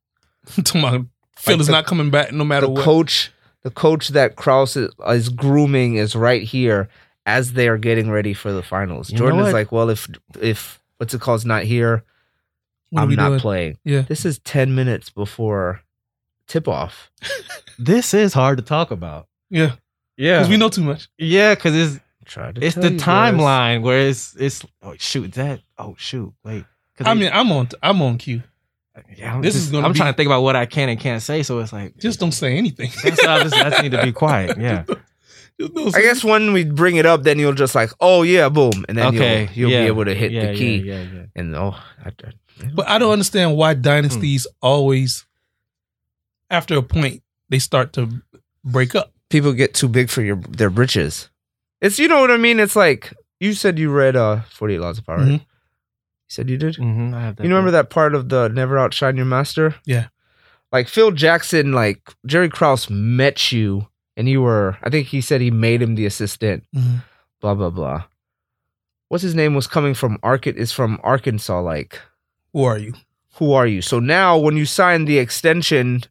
to my Phil
Like
is
the-
not coming back no matter
the
what.
coach, the coach that Kraus is, is grooming is right here as they are getting ready for the finals.
You know
Jordan is
what?
like, well, if if what's it called is not here,
What are
I'm
we
not
doing?
playing.
Yeah.
This is ten minutes before tip off.
this is hard to talk about.
Yeah,
Yeah,
because we know too much.
yeah, because it's
Try to
it's
tell
the
you guys.
timeline where it's it's oh shoot that oh shoot wait 'Cause
I
they-
mean, I'm on. I'm on cue.
yeah, I'm
This
just-
is gonna
I'm
be-
trying to think about what I can and can't say. So it's like
Just don't say anything.
that's why I just, I just need to be quiet. Yeah.
Just don't
I
say-
guess when we bring it up, then you'll just like, oh yeah, boom, and then
okay.
you'll, you'll
yeah.
be able to hit
Yeah,
the key.
Yeah, yeah, yeah.
And oh, I, I-
but I don't understand why
Hmm.
dynasties always, after a point, they start to break up.
people get too big for your their britches. It's you know what I mean. It's like you said you read uh Forty Eight Laws of Power. right?
Mhm.
You said you did.
Mhm, I have that
You remember Mm-hmm, that part of the Never Outshine Your Master?
Yeah.
Like Phil Jackson, like Jerry Krause met you, and you were. I think he said he made him the assistant. Blah blah blah. What's his name was coming from Ark is from Arkansas. Like
Who are you?
who are you? So now when you sign the extension,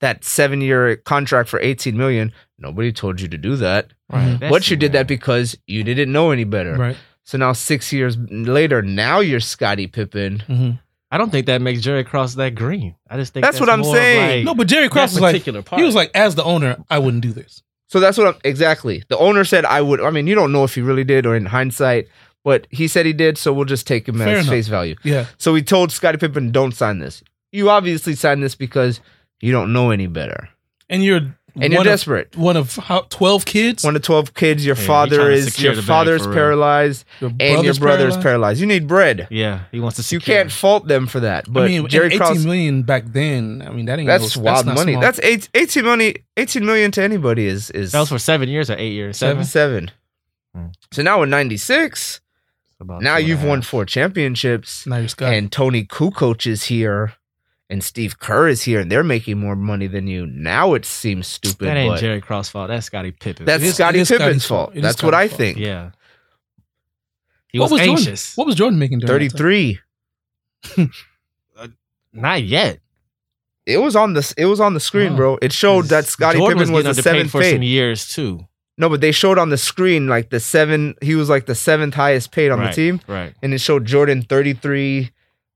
that seven year contract for 18 million, nobody told you to do that.
Mhm.
That's
but you did
the-
Mm-hmm. that because you didn't know any better.
Right.
So now six years later, now you're Scottie Pippen.
Mm-hmm.
I don't think that makes Jerry Cross that green. I just think
That's
that's,
what I'm
more of
saying.
like
No, but Jerry
that
Cross was like,
particular part.
he was like, as the owner, I wouldn't do this.
So that's what I'm exactly. The owner said I would. I mean, you don't know if he really did or in hindsight, but he said he did. So we'll just take him
Fair
as
enough.
face value.
Yeah.
So we told Scottie Pippen, don't sign this. You obviously signed this because you don't know any better
And you're
and you're
one of,
desperate.
one of how, twelve kids.
One of twelve kids. Your
Yeah, he
father
trying to
is
secure
your
the bag
father's
for real.
paralyzed,
your
and your brother's paralyzed.
paralyzed.
You need bread.
yeah, he wants to.
You
Secure.
can't fault them for that. But
I mean,
Jerry
and eighteen
Krause,
million back then. I mean, that ain't
that's
no,
wild
not
money.
small.
That's eight, 18 million. 18 million to anybody is is
That was for seven years or eight years. Seven.
seven seven.
Hmm.
So now in '96,
About
now
two and a
you've won
half.
four championships,
now you're Scott.
and Tony Kukoc is here, and Steve Kerr is here, and they're making more money than you. Now it seems stupid,
That ain't
but
Jerry Cross' fault. That's Scottie Pippen.
that's
It is-
Scottie
it is Scottie
Pippen's
Pippen.
fault.
It is
That's what I
Scottie's fault.
think.
yeah. He
What
was,
was Jordan-
anxious.
what was Jordan making during that time?
Thirty-three.
Not yet.
It was on the it was on the screen,
Wow.
bro. It showed that Scottie
Jordan
Pippen was
getting
the
underpaid
seventh
for some
paid.
years too.
No, but they showed on the screen like the seven. He was like the seventh highest paid on the
Right.
team.
Right.
and it showed Jordan 33.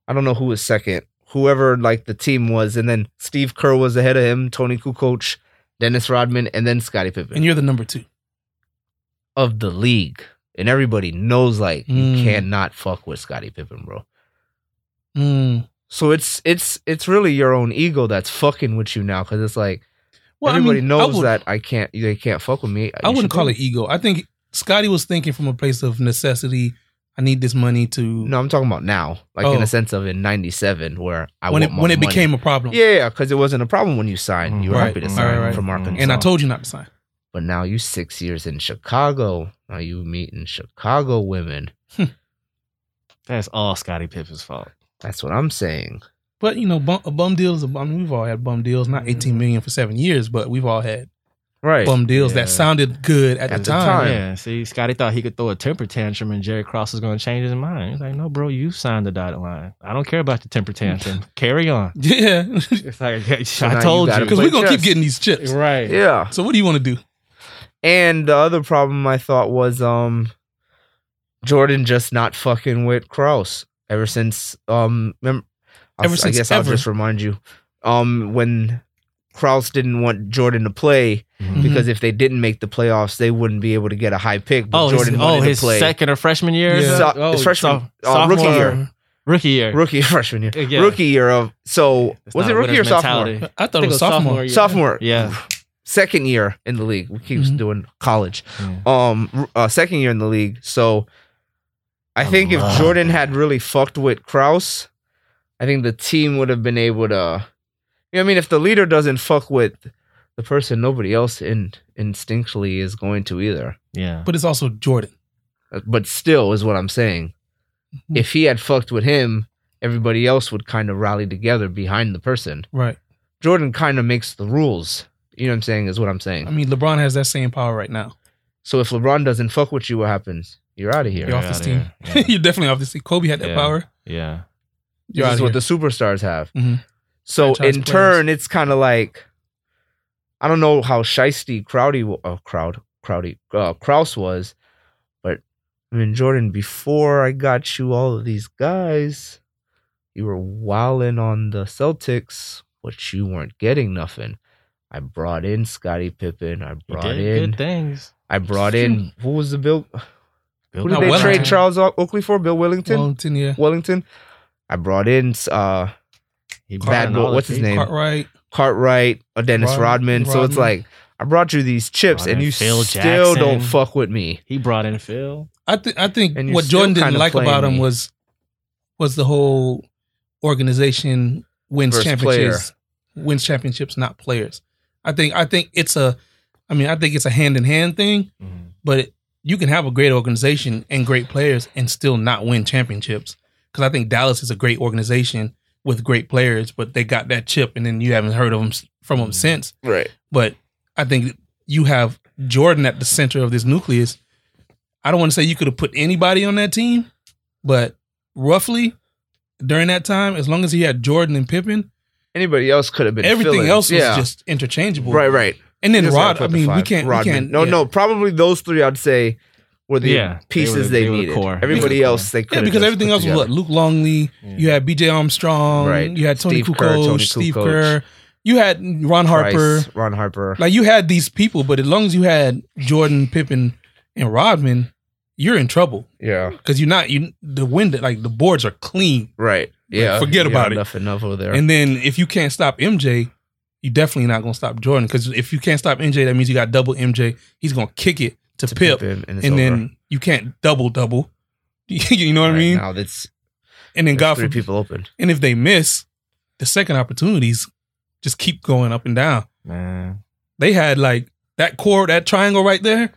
I don't know who was second, whoever like the team was, and then Steve Kerr was ahead of him, Tony Kukoc, Dennis Rodman, and then Scottie Pippen
And you're the number two.
of the league. And everybody knows like you
Mm.
cannot fuck with Scottie Pippen, bro.
Mm.
So it's it's it's really your own ego that's fucking with you now because it's like
Well,
everybody
I mean,
knows
I would,
that I can't they can't fuck with me.
I wouldn't call it ego. I think Scotty was thinking from a place of necessity. I need this money to
No, I'm talking about now, like in
Oh.
the sense of in '97 where I
when it
want my
when it
money.
became a problem. Mm-hmm.
yeah, because it wasn't a problem when you signed. You were
Right,
happy to
right,
sign
right. Mm-hmm.
from Arkansas.
And I told you not to sign.
but now you six years in Chicago. Now you meeting Chicago women.
That's all Scottie Pippen's fault.
That's what I'm saying.
But you know, bum, a bum deal is a bum. I mean, we've all had bum deals, not eighteen million for seven years, but we've all had
Mm-hmm. Right.
bum deals
Yeah.
that sounded good at, the, time.
Yeah. See, Scotty thought he could throw a temper tantrum and Jerry Cross was going to change his mind. He's like, no, bro, you signed the dotted line. I don't care about the temper tantrum. Carry on.
Yeah,
It's like, I
now you
told
gotta
you.
because we're gonna
chess.
keep getting these chips.
Right.
yeah.
So what do you want to do?
And the other problem I thought was um Jordan just not fucking with Kraus ever since um mem- I'll-
Ever
I
since
guess
ever.
I'll just remind you um when Kraus didn't want Jordan to play
Mhm.
Mm-hmm.
because if they didn't make the playoffs they wouldn't be able to get a high pick but
Oh,
Jordan
his,
wanted
oh,
to
his
play
second or freshman year?
Yeah.
So-
oh,
his freshman-
so-
uh, rookie
sophomore-
year.
Rookie year.
rookie freshman year
Yeah.
rookie year of so
It's
was
not
it
a
rookie or
winner's
sophomore
mentality.
Mm-hmm. I
I
thought
think
it was sophomore.
year.
sophomore
Yeah. Mm-hmm.
second year in the league. We keep
Mhm.
doing college.
Yeah.
Um, r- uh, second year in the league. So I,
I
think if
love
Jordan
that.
had really fucked with Kraus, I think the team would have been able to. You know, what I mean, if the leader doesn't fuck with the person, nobody else in instinctually is going to either.
Yeah.
But it's also Jordan.
Uh, But still, is what I'm saying.
Mhm.
If he had fucked with him, everybody else would kind of rally together behind the person.
Right.
Jordan kind of makes the rules. You know what I'm saying? Is what I'm saying.
I mean, LeBron has that same power right now.
So if LeBron doesn't fuck with you, what happens? You're out of here.
You're off
outta
this team.
here. Yeah.
You're definitely off this team. Kobe had that
Yeah.
power.
yeah.
You're
this
out
is
here.
what the superstars have.
Mhm.
So
Franchise
in
players.
turn, it's kind of like I don't know how shisty Crowdy, uh, Crowd, Crowdy, uh, Kraus was, but I mean Jordan. Before I got you all of these guys, you were wilding on the Celtics, but you weren't getting nothing. I brought in Scottie Pippen. I
You
brought
did
in.
good things.
I brought in. Who was the Bill? Who
Now,
did they
Wellington.
trade Charles Oakley for? Bill Wellington.
Wellington, yeah.
Wellington. I brought in uh
He
Bad
brought
boy-
in all the
what's his
people.
name?
Cartwright.
Cartwright, a Dennis
Rod-
Rodman. So it's
Rodman.
like I brought you these chips, and
Rodman,
you
Phil
still
Jackson.
don't fuck with me.
He brought in Phil.
I think I think
And you're
what
still
Jordan didn't
kinda
like
playing
about him
me.
was was the whole organization wins
Versus
championships, wins championships, not players. I think I think it's a, I mean I think it's a hand in hand thing,
Mm-hmm.
but it, you can have a great organization and great players and still not win championships. Because I think Dallas is a great organization with great players, but they got that chip, and then you haven't heard of them from them
Mhm.
since.
Right.
But I think you have Jordan at the center of this nucleus. I don't want to say you could have put anybody on that team, but roughly during that time, as long as he had Jordan and Pippen,
Anybody else could have been.
everything
fillers.
else was
yeah.
just interchangeable.
right. Right.
And then
You just gotta
Rod,
put
I
the
mean, we
five.
can't, we
Rodman.
can't.
no,
yeah.
no. Probably those three. I'd say were the
Yeah, they
pieces
were the-
they,
they were the
needed.
core.
Everybody
They were the
else they could.
Yeah, because everything else was what Luke Longley. You had B.J. Armstrong.
Right.
You had Tony
Steve
Kukoc,
Kerr, Tony
Steve
Kukoc.
Kerr. You had Ron Harper.
Ron Harper.
Like you had these people, but as long as you had Jordan, Pippen, and Rodman, you're in trouble.
yeah.
because you're not you the window like the boards are clean
Right. Yeah.
forget
You
about
got
it.
Enough. Enough over there.
and then if you can't stop mj you definitely not gonna stop jordan because if you can't stop mj that means you got double mj he's gonna kick it to,
To
pip,
him, and, it's
and
over.
then you can't double double you know what i
Right
mean
Now that's
and then
there's
god
three
forbid,
people open.
and if they miss the second opportunities just keep going up and down
Man,
they had like that core that triangle right there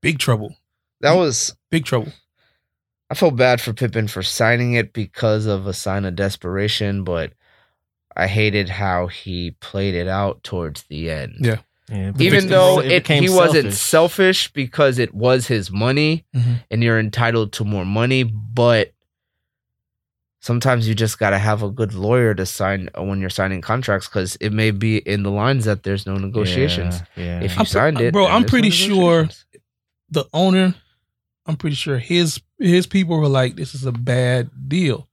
big trouble
That was
big trouble
I felt bad for Pippen for signing it because of a sign of desperation, but I hated how he played it out towards the end.
Yeah.
yeah, it
Even
became-
though
it
it,
became
he wasn't selfish because it was his money
Mm-hmm.
Mhm.
and you're entitled to more money, but sometimes you just got to have a good lawyer to sign uh, when you're signing contracts because it may be in the lines that there's no negotiations.
Yeah, yeah.
If you
I'm pre-
signed it,
bro,
then
I'm
there's no
pretty sure-
negotiations.
the owner, I'm pretty sure his his people were like, "This is a bad deal,"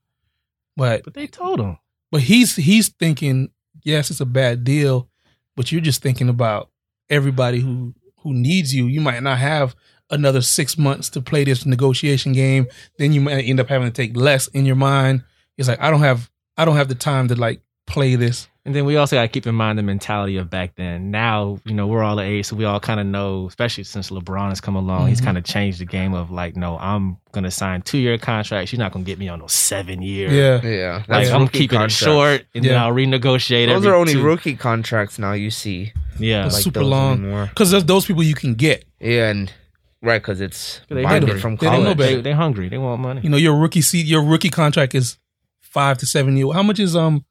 but
but they told him.
but he's he's thinking, "Yes, it's a bad deal," but you're just thinking about everybody who who needs you. You might not have another six months to play this negotiation game. Then you might end up having to take less in your mind. It's like I don't have I don't have the time to like play this.
And then we also got to keep in mind the mentality of back then. Now, you know, we're all the age, so we all kind of know, especially since LeBron has come along, he's
Mm-hmm.
Mhm.
kind of changed the game of like, no, I'm going to sign two year contracts. You're not going to get me on no seven year.
Yeah,
Yeah.
Like,
that's
I'm
rookie
keeping
contracts.
it short and then
Yeah.
I'll renegotiate
Those
every
are only
two-
rookie contracts now you see.
Yeah.
That's
like
super
those
long.
anymore.
because there's those people you can get.
Yeah, and right because it's
They
binded
hungry.
from
They don't know
college.
better.
They, they hungry. They want money.
You know your rookie seat, your rookie contract is five to seven year. How much is um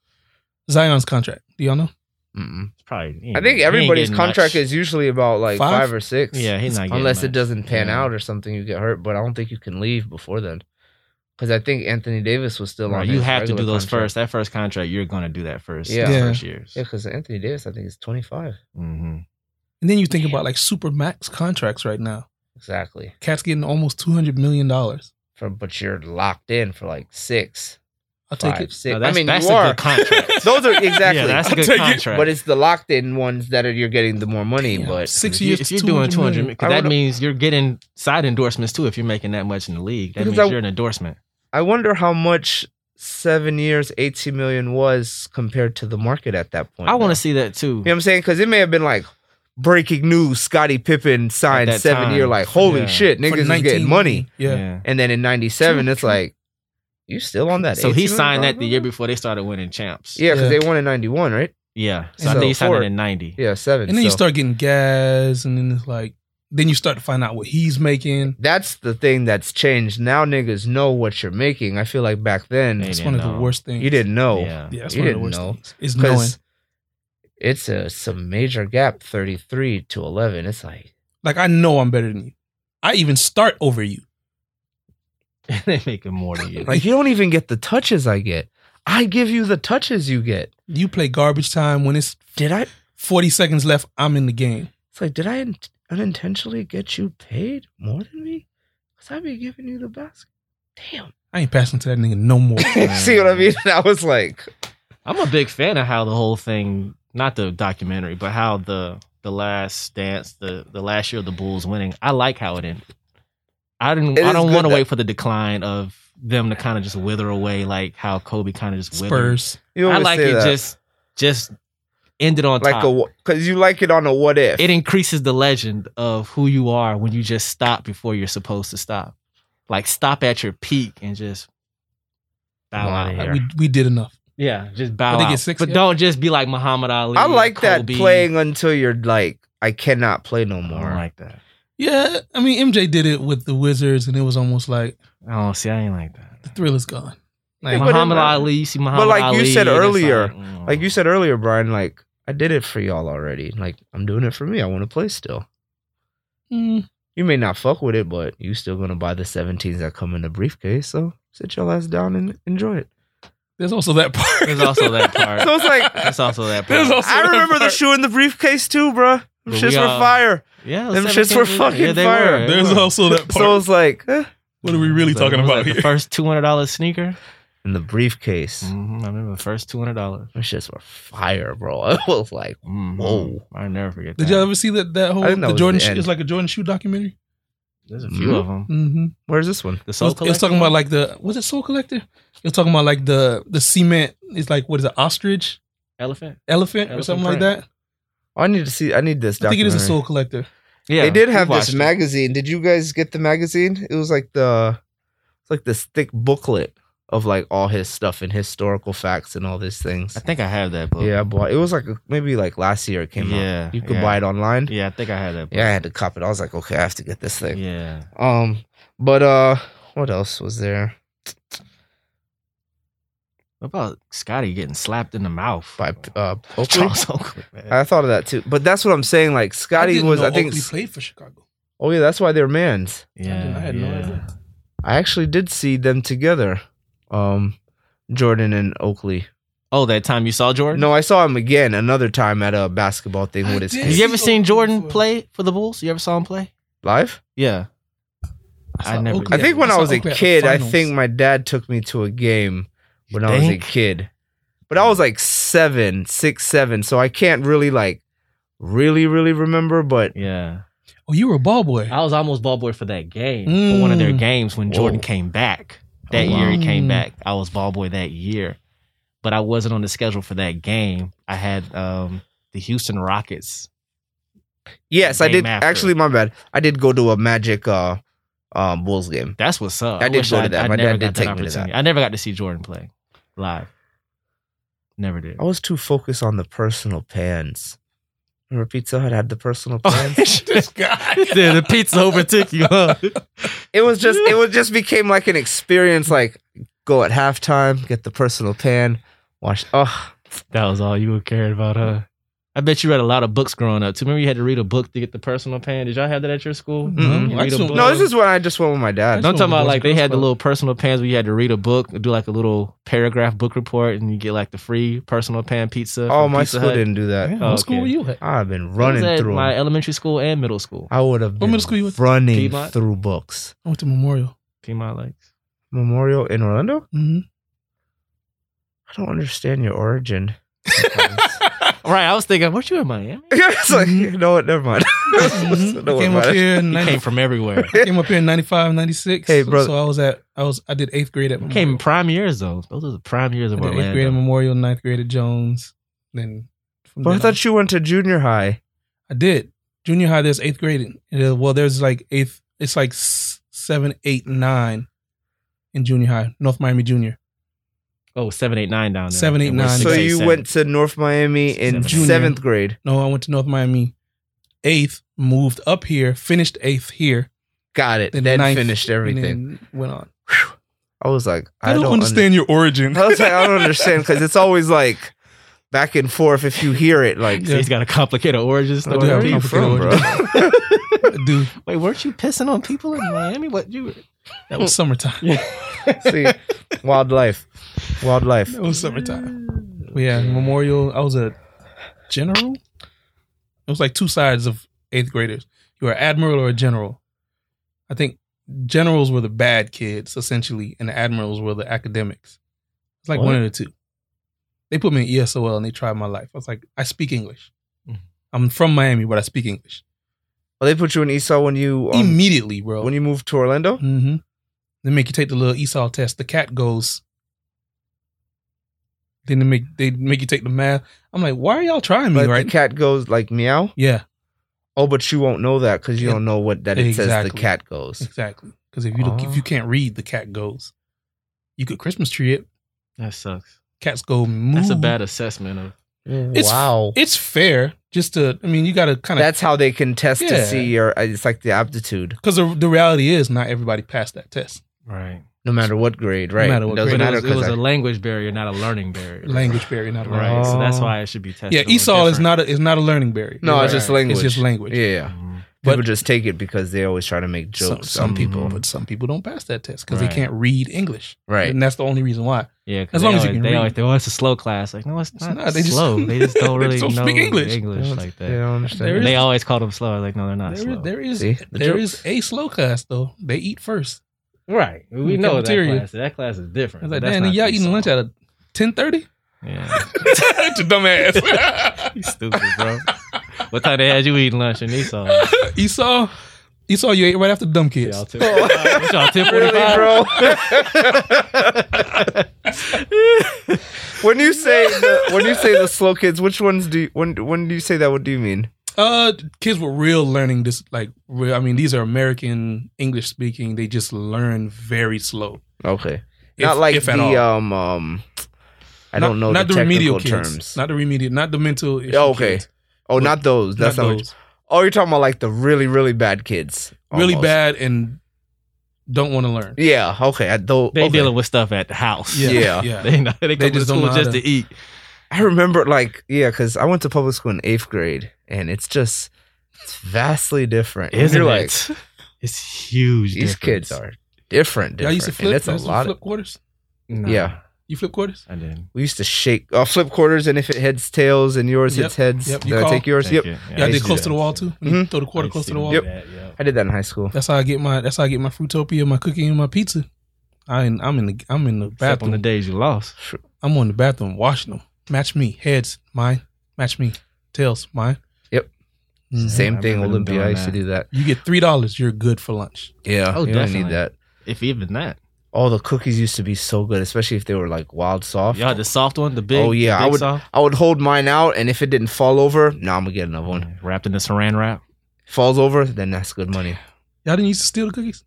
Zion's contract? Do y'all know?
Mm-mm.
It's probably, he
I
ain't-
think
he ain't
everybody's
getting
contract
much.
is usually about like
Five?
five, or six.
Yeah, he's not getting
unless
much.
it doesn't pan
Yeah.
out or something, you get hurt. But I don't think you can leave before then, because I think Anthony Davis was still
Right,
on.
you
his
have to do
regular
those
contract.
first. That first contract, you're going to do that first.
Yeah.
the
Yeah.
First years.
Yeah, because Anthony Davis, I think, is twenty five.
hmm
And then you think about like super max contracts right now.
Exactly.
Cat's getting almost two hundred million dollars.
For but you're locked in for like six,
I'll take
five,
it.
six.
No,
I
that's-
mean,
that's
you
a
are.
good contract.
those are exactly.
Yeah, that's a
I'll
good
take it.
contract.
but it's the locked in ones that are you're getting the more money.
Damn,
but
six
If you-
years.
If you're doing 200,
million.
because
I
that
would've-
means you're getting side endorsements too. If you're making that much in the league, that
Because
means
I-
you're an endorsement.
I wonder how much seven years, 18 million was compared to the market at that point.
I want to
to
see that too.
You know what I'm saying? Because it may have been like breaking news Scottie Pippen signed
that
seven
time.
year, like, holy
Yeah.
shit,
For
niggas is
19
getting money.
Yeah.
And then in 97, it's
True, true.
like, you still on that.
So he
18 million
signed that
dollar
the year
contract?
before they started winning champs.
Yeah, because
Yeah.
they won in 91, right?
Yeah. So, I
So
think he signed
four-
it in 90.
Yeah, seven.
And then you
So
start getting gas, and then it's like, then you start to find out what he's making.
That's the thing that's changed. Now niggas know what you're making. I feel like back
They
then,
It's
didn't
one of the
know.
worst things.
you didn't know.
Yeah.
Yeah, it's
You
one of the
didn't
worst
know.
things. Is knowing.
because it's a some major gap 33 to 11 it's like
Like I know I'm better than you. I even start over you.
they make it more than you.
like you don't even get the touches i get i give you the touches you get
You play garbage time when it's
did i
40 seconds left. I'm in the game.
it's like did i un- unintentionally get you paid more than me because i be giving you the basket damn
I ain't passing to that nigga no more.
see what i mean i was like
I'm a big fan of how the whole thing, not the documentary, but how the the last dance, the the last year of the Bulls winning. I like how it ended. I didn't.
It
I
is
don't
good
want to
that-
wait for the decline of them to kind of just wither away, like how Kobe kind of just withered.
Spurs.
You
I
always
like
say
it
that.
just just ended on
like
top.
a because you like it on a what if.
it increases the legend of who you are when you just stop before you're supposed to stop. Like stop at your peak and just bow
I'm outta
out.
here.
We, we did enough.
Yeah, just bow
I think
out.
it's six,
but
yeah.
don't just be like Muhammad Ali.
I like that
Kobe.
playing until you're like I cannot play no
I don't
more.
like that.
Yeah, I mean MJ did it with the Wizards, and it was almost like
I don't Oh, see. I ain't like that.
the thrill is gone. Like,
But it-
Muhammad Ali, you see Muhammad
like you
Ali,
said
and it's
earlier,
like, mm.
Like you said earlier, Brian, like I did it for y'all already. Like I'm doing it for me. I want to play still.
mm,
You may not fuck with it, but you still gonna buy the 17s that come in the briefcase. So sit your ass down and enjoy it.
there's also that part.
There's also that part.
So it's like
That's also that part.
There's also
I
that
remember the
part. uh,
shoe in the briefcase too, bruh.
But
Them shits
we
were
all-
fire.
yeah,
Them
seven
shits were
things-
fucking
yeah, they
fire.
were, they
There's
were.
also that part.
So it's like eh.
what are we really
So
talking
what was
about
that,
here?
The first two hundred dollars sneaker.
in the briefcase.
Mm.
hmm I remember the first two hundred dollars.
Them shits were fire, bro. I was like,
Mm.
Whoa.
I never forget.
Did
that.
y'all ever see that that whole
I think that
the
was
Jordan?
the
shoe
end.
it's like a Jordan shoe documentary.
There's a few
Hmm?
of them.
Mm-hmm.
where's this one?
The Soul
It's, it's talking
Collector?
about like the was it Soul Collector? It's talking about like the the cement. It's like what is it? Ostrich,
elephant.
elephant, or
Elephant
something like
print.
that.
Oh, I need to see. I need this.
I think it is a
documentary.
Soul Collector.
Yeah,
they did
we
have
watched
this
it.
magazine. Did you guys get the magazine? It was like the, it's like this thick booklet of like all his stuff and historical facts and all these things.
I think I have that book.
Yeah, I bought. It was like maybe like last year it came out.
yeah.
You could
yeah.
buy it online. Yeah.
Yeah, I think I had that. Book.
I had to cop it. I was like, okay, I have to get this thing.
yeah.
Um, but uh, what else was there
What about Scotty getting slapped in the mouth
by uh Oakley?
Charles Oakley? man?
I thought of that too, but that's what I'm saying. Like Scotty
didn't
was,
know
I think.
Oakley played for Chicago.
Oh yeah, that's why they're mans.
I, didn't-
yeah,
I had
yeah.
no idea.
I actually did see them together, um, Jordan and Oakley.
Oh, that time you saw Jordan?
No, I saw him again another time at a basketball thing
I
with his
did.
Have
kids.
you ever
He's
seen
Oakley
Jordan
before.
play for the Bulls? You ever saw him play?
live.
Yeah. I
saw
never
Oakley
I
did.
at-
think when I
saw
was a
Oakley at the
kid, I
finals.
think my dad took me to a game
You
when I was a
think?
kid, but I was like seven, six, seven, so I can't really like really, really remember. But
Yeah.
Oh, you were a ball boy.
I was almost ball boy for that game, for one of their
Mm.
games when Jordan
Whoa.
came back. That
Oh, wow.
year he came
Mm.
back. I was ball boy that year, but I wasn't on the schedule for that game. I had um, the Houston Rockets.
yes, I
Game
did.
after.
Actually, my bad. I did go to a Magic uh, uh, Bulls game.
That's what's up.
I did
wish
go to that. My
never
dad did
got that
take me to that.
opportunity. I never got to see Jordan play live. Never did.
I was too focused on the personal pans. Remember Pizza Hut had the personal pans.
this
this
guy.
the pizza overtook you, huh?
It was just it was just became like an experience. Like go at halftime, get the personal pan, wash. Oh,
That was all you were caring about, huh? I bet you read a lot of books growing up. too. Remember you had to read a book to get the personal pan? Did y'all have that at your school?
Mm-hmm.
Mm-mm.
You Mm-hmm. read a
Actually,
book?
no, this is when I just went with my dad.
No, I'm
That's
talking
what
about
Boys
like
and
they
Girls
had the
Club.
little personal pans where you had to read a book, do like a little paragraph book report, and you get like the free personal pan pizza.
Oh,
from
my
Pizza
school
Hut.
didn't do that.
Damn,
Oh,
what school
okay.
were you at?
I've been
It was
running
at
through. 'em.
my elementary school and middle school.
I would have
middle
been
school you went to?
running
Piedmont?
through books.
I went to Memorial.
Piedmont Lakes.
Memorial in Orlando.
hmm
I don't understand your origin.
Right, I was thinking, weren't you in Miami?
it's like
Mhm.
you know what? Never mind.
Mhm.
Don't
I
worry
came
about
up
it.
here in
You
90,
came from everywhere.
I came up here in 95, 96.
Hey, brother.
So I was at I was I did eighth grade at
You
Memorial.
came in prime years though. Those are the prime years
I
of
did eighth grade at
Orlando.
Memorial, ninth grade at Jones. Then from
But I
then on-
thought you went to junior high.
I did. Junior high, there's eighth grade. And, uh, Well, there's like eighth. It's like s- seven, eight, nine in junior high. North Miami Junior.
Oh, seven, eight, nine down there.
Seven, eight,
And we're
nine.
six,
So
eight,
you
seven.
went to North Miami in
Seventh.
Junior.
seventh grade.
No, I went to North Miami. Eighth, moved up here, finished eighth here.
Got it. Then,
ninth,
finished everything.
And then went on.
I was like,
I, don't, understand your origin.
I was like, I don't understand because it's always like back and forth. If you hear it, like,
So he's got a complicated origin
"Oh,
story.
do have a
where are you from, bro?
complicated Dude,
Wait, weren't you pissing on people in Miami? What you?
that was summertime.
See, wildlife, wildlife.
That was summertime. But yeah, Memorial. I was a general. It was like two sides of eighth graders. You were an admiral or a general. I think generals were the bad kids essentially, and the admirals were the academics. It's like one
What?
of the two. They put me in E ESOL and they tried my life. I was like, I speak English.
Mhm.
I'm from Miami, but I speak English.
Oh, they put you in Esau when you um,
Immediately, bro.
when you moved to Orlando.
mm-hmm. They make you take the little Esau test. The cat goes. Then they make they make you take the math. I'm like, why are y'all trying me,
Like
right?
the cat goes like meow.
yeah,
Oh, but you won't know that because you
Yeah.
don't know what that it says the
Exactly.
cat goes.
exactly. Because if you look, if you
Oh.
can't read, the cat goes. You could Christmas tree it.
That sucks.
Cats go. Moo.
That's a bad assessment of.
It's-
wow.
It's fair. Just to, I mean, you got to kind of
That's how they can test to
Yeah.
see your. uh, It's like the aptitude.
because the, the reality is not everybody passed that test.
Right.
No matter what grade, right?
matter what
it doesn't
grade.
But it
matter
was, it was
'cause
a
I-
language barrier, not a learning barrier.
Language barrier, not a
Right.
language.
So that's
Oh.
why it should be tested.
Yeah,
a little
Esau is
different.
not a is not a learning barrier.
no,
You're
it's
right.
just language.
It's just language.
Yeah, yeah.
Mhm.
People
But-
just take it because they always try to make
Some,
jokes.
some
um,
people,
Mhm.
but some people don't pass that test because
Right.
they can't read English,
right?
and that's the only reason why.
Yeah, 'cause
As
they
long as you
always,
can
they
read.
always think, oh, it's a slow class. Like, no, it's
It's
not,
not. They just-
slow. they just don't
they
really
just don't
know
speak English.
English like
They
that.
don't
There
understand.
is-
They always call them slow. Like, no, they're not
There
slow.
is, there is
See? The
there
jokes.
is a slow class though. They eat first.
Right. We
In
know
cafeteria.
that class. That class is different.
It's
but
like,
that's
damn,
not
y'all
too
eating lunch
slow."
at ten thirty?
Yeah.
It's a dumbass.
You stupid, bro. what time they had you eating lunch in Esau?
Esau, Esau, you ate right after dumb kids.
Y'all tip 45? What y'all tip
Really,
45?
bro? when you say the, when you say the slow kids, which ones do you, when when do you say that? What do you mean?
Uh, kids with real learning dis like real. I mean, these are American English speaking. They just learn very slow.
Okay,
If-
not like
if at all.
the um um. I don't know the,
remedial
technical
kids.
terms.
Not the remedial. Not the mental. Issue
Oh, okay.
kids.
oh, not those. That's not
not
what-
those.
Oh, you're talking about like the really really bad kids.
Really
almost.
bad and don't want to learn.
Yeah. Okay. I don't.
They
okay.
dealing with stuff at the house.
Yeah.
yeah.
They, not, they come
just
to
don't
school
know how
just
to-
to eat.
I remember like yeah, because I went to public school in eighth grade, and it's just it's vastly different. And
Isn't
you're
it?
like
it's huge.
these
difference.
kids are different. different.
Y'all used to
and
flip.
That's a
Y'all used to
lot.
flip
Of,
quarters.
Nah,
Yeah.
You flip quarters.
I didn't.
we used to shake uh, flip quarters, and if it heads tails and yours
Yep,
hits heads,
yep, you
did I
call.
take yours?
Thank
Yep.
you. Yeah,
Y'all
I
did
used to
close
do
to the
that,
wall
too.
too. When you
Mhm.
Throw the quarter
I
close
used
to the
do
wall.
that, yeah.
I did that in high school.
That's how I get my. That's how I get my Fruitopia, my cookie, and my pizza. I, ain't- I'm in the. I'm in the
Except on
bathroom.
the days you lost.
I'm on the bathroom washing them. Match me. Heads mine. Match me. Tails mine.
Yep.
Mhm.
Same
I
thing.
remember them
Olympia. I
doing
used to
that.
do that.
You get three dollars. You're good for lunch.
Yeah.
Oh,
you don't need
definitely.
that.
If even that.
Oh, the cookies used to be so good, especially if they were like wild soft.
Y'all had the soft one, the big.
Oh, yeah,
the big
I would-
soft?
I would hold mine out, and if it didn't fall over, now I'm gonna get another one.
Wrapped in the saran wrap.
Falls over, then that's good money.
Y'all didn't used to steal the cookies.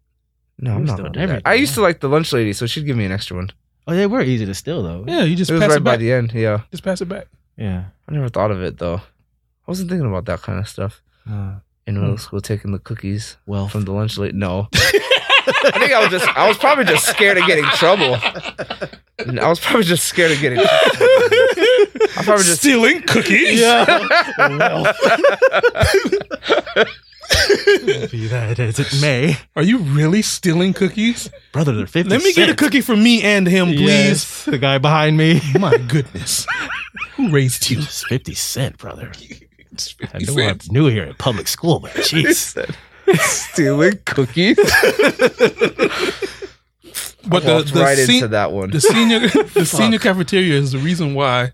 No, I'm
Who's
not
the
gonna do that.
devil?
I used to like the lunch lady, so she'd give me an extra one.
Oh, they were easy to steal though.
Yeah, you just
it was
pass
right
it
by
back.
the end. Yeah,
Just pass it back.
Yeah.
I never thought of it though. I wasn't thinking about that kind of stuff
Uh,
in middle school, taking the cookies
well,
from the lunch lady. No, I think I was just I was probably just scared of getting trouble. I was probably just scared of getting. I probably just
stealing cookies.
be that as it may,
Are you really stealing cookies?
brother, they're fifty.
Let me get a cookie for me and him, please.
please. The guy behind me.
Oh My goodness. Who raised you?
It's fifty cent, brother.
It's
I
50
knew I
cents.
knew here at public school, but jeez,
stealing cookies.
But the,
Walked
the,
right
se-
into that one.
the senior the senior cafeteria is the reason why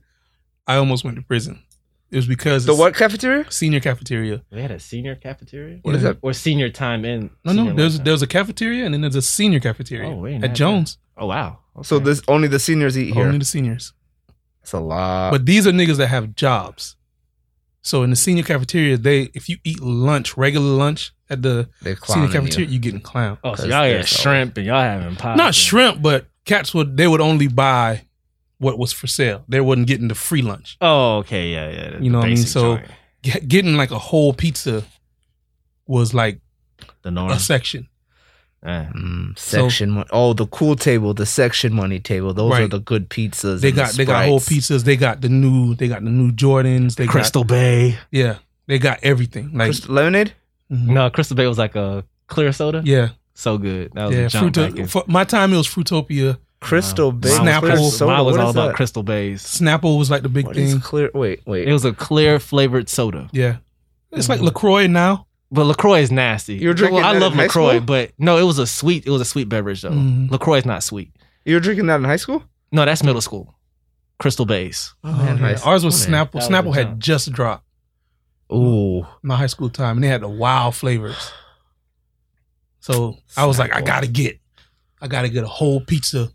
I almost went to prison. It was because
The
it's
what cafeteria?
senior cafeteria.
we had a senior cafeteria
What is
Yeah.
that?
or senior time in.
No, no.
senior
There's
lunchtime.
there's a cafeteria and then there's a senior cafeteria
Oh, we ain't
at
had
Jones.
Oh wow. Okay.
So this only the seniors eat here. Uh,
Only the seniors.
It's a lot.
But these are niggas that have jobs. So in the senior cafeteria, they if you eat lunch, regular lunch at the senior
They're clowning
cafeteria,
you.
you. getting clown.
Oh, so
'Cause
y'all had
there's
shrimp and y'all having pie.
Not shrimp, but cats would they would only buy what was for sale. They wasn't getting the free lunch.
Oh, okay, yeah, yeah. the
You know what I mean?
basic
So-
joint.
Get, getting like a whole pizza was like
the norm.
a section.
Yeah.
Mm,
So-
section mon- oh the cool table the section money table those are
Right.
the good pizzas
They
and the
got they got whole
Sprites.
pizzas. They got the new they got the new Jordans. They got
Crystal Bay.
yeah. They got everything. Like
Crystal lemonade
mhm.
No, Crystal Bay was like a clear soda.
yeah
So good. That was
yeah.
a jump back
Fruito-
in.
for, my time it was Fruitopia.
Crystal Bay
Mine was
clear
Crystal-
soda.
Mine was
What
all
is
about
that?
Crystal Bays.
Snapple was like the big
What is
thing.
clear wait wait
It was a clear flavored soda,
yeah, it's like
Mm.
Lacroix now.
but Lacroix is nasty.
You were drinking
Well, I
that
love
in high
Lacroix,
school?
but no, it was a sweet. It was a sweet beverage though.
Mhm.
Lacroix is not sweet.
you were drinking that in high school
No, that's middle school. Crystal Bays.
Oh, yeah.
nice.
Ours was
Oh, man.
Snapple.
That was
Snapple
a
had
jump.
just dropped.
Ooh.
my high school time, and they had the wild flavors. So I was like, I
Snack
gotta get, I gotta get a whole pizza,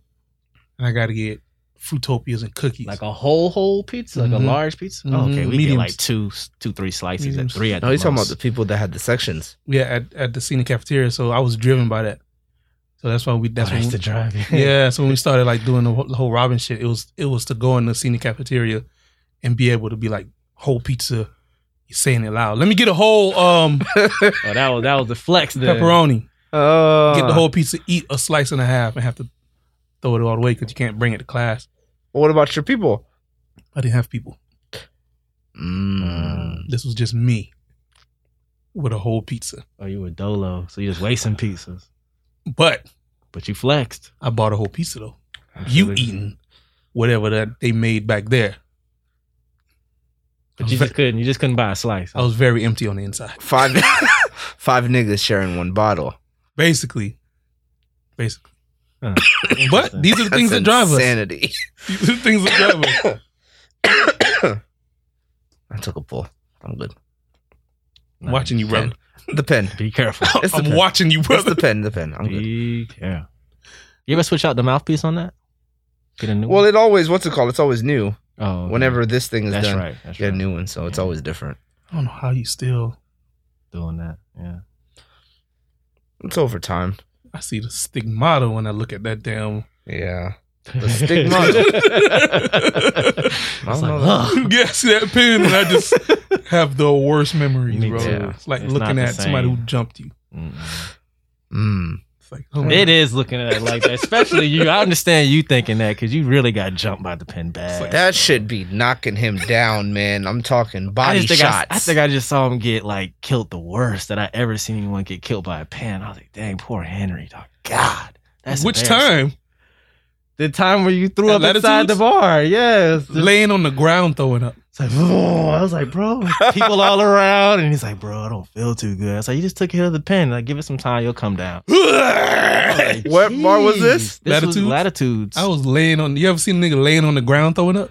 and I gotta get fruitopias and cookies.
Like a whole whole pizza, like
Mhm.
a large pizza. Oh, okay,
Mhm.
we
Mediums.
get like two, two, three slices
Mediums.
at three at
No,
the
he's talking about
most.
the people that had the sections.
yeah, at, at the scenic cafeteria. So I was driven by that. So that's why we. That's
Oh,
when
that's
we-
the drive.
yeah, so when we started like doing the whole, the whole Robin shit, it was it was to go in the scenic cafeteria and be able to be like whole pizza. You're saying it loud. Let me get a whole um
Oh, that was that was the flex. Then.
pepperoni.
Oh.
Get the whole pizza, eat a slice and a half, and have to throw it all away because you can't bring it to class.
What about your people?
I didn't have people.
Mm.
This was just me with a whole pizza.
Oh, you were dolo, so you just wasting pizzas,
But
but you flexed.
I bought a whole pizza though. You eating whatever that they made back there.
but you just couldn't. You just couldn't buy a slice.
I was very empty on the inside.
Five, five niggas sharing one bottle.
Basically. Basically.
Huh.
But these are the things that drive us.
insanity.
These are the things that drive us.
I took a pull. I'm good.
I'm watching you, brother.
The pen.
Be careful.
It's the
I'm
pen.
watching you,
It's
brother.
the pen. The pen. I'm good.
Be careful. You ever switch out the mouthpiece on that? Get a new
Well,
one.
it always what's it called? It's always new.
oh, okay.
Whenever this thing is
that's
done,
right. That's
get
right.
a new one. So it's
Yeah.
always different.
I don't know how you still.
doing that. Yeah.
It's over time.
I see the stigmata when I look at that damn.
Yeah. The stigma. I
It's
don't know
like,
that.
ugh.
yeah, I see that pin, and I just have the worst memories,
Me
bro.
too.
It's like
It's not
looking
the
at somebody who
same.
jumped you.
Mm-mm.
Mm.
It's like, oh,
It is looking at it like that, especially you. I understand you thinking that because you really got jumped by the pin bag.
That should be knocking him down, man. I'm talking
I
body
just think I,
shots.
I think I just saw him get like killed the worst that I ever seen anyone get killed by a pin. I was like, dang, poor Henry, dog. God, that's
Which
embarrassing.
time?
The time where you threw
At
up inside the
Latitudes?
bar. Yes.
Laying on the ground, throwing up.
It's like, "Vroom." I was like, bro, people all around, and he's like, bro, I don't feel too good. I was like, you just took a hit of the pin. Like, give it some time, you'll come down. I was like,
What bar was this?
"Jeez." This was
Latitudes? Oh,
latitudes.
I was laying on. You ever seen a nigga laying on the ground throwing up?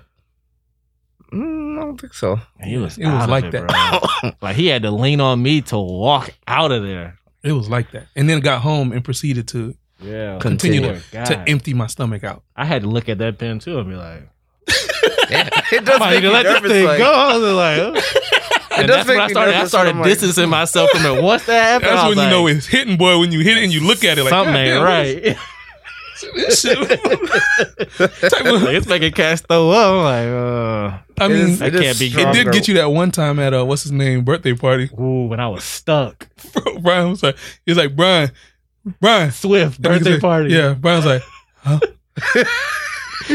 Mm, I don't think so.
He was,
It was
out
like
of it,
that.
bro. Like he had to lean on me to walk out of there.
It was like that. And then I got home and proceeded to
Yeah.
Continue
to- to empty my stomach out.
I had to look at that pen too and be like,
Yeah, it
I
does
might
make
need
me
to let
nervous.
this thing
like,
go. I was like, "Ugh."
It
and
does
that's
make
when I
me
started. I
nervous when
started
I'm like-
distancing myself from it. Once that happened,
That's
I was
when you know
like,
it's hitting, boy. When you hit it and you look at it like
something
"God damn,
ain't
what
right.
is this shit?" Type of-
like, it's making cats throw up. I'm like, uh,
I
It
mean,
is-
I
it,
it is
can't be-
stronger.
did get you that one time at uh, what's his name birthday party.
uh, ooh, when I was stuck.
Bro, Brian was like, he's like Brian, Brian
Swift
And he
birthday
said-
party.
Yeah, Brian's like, huh?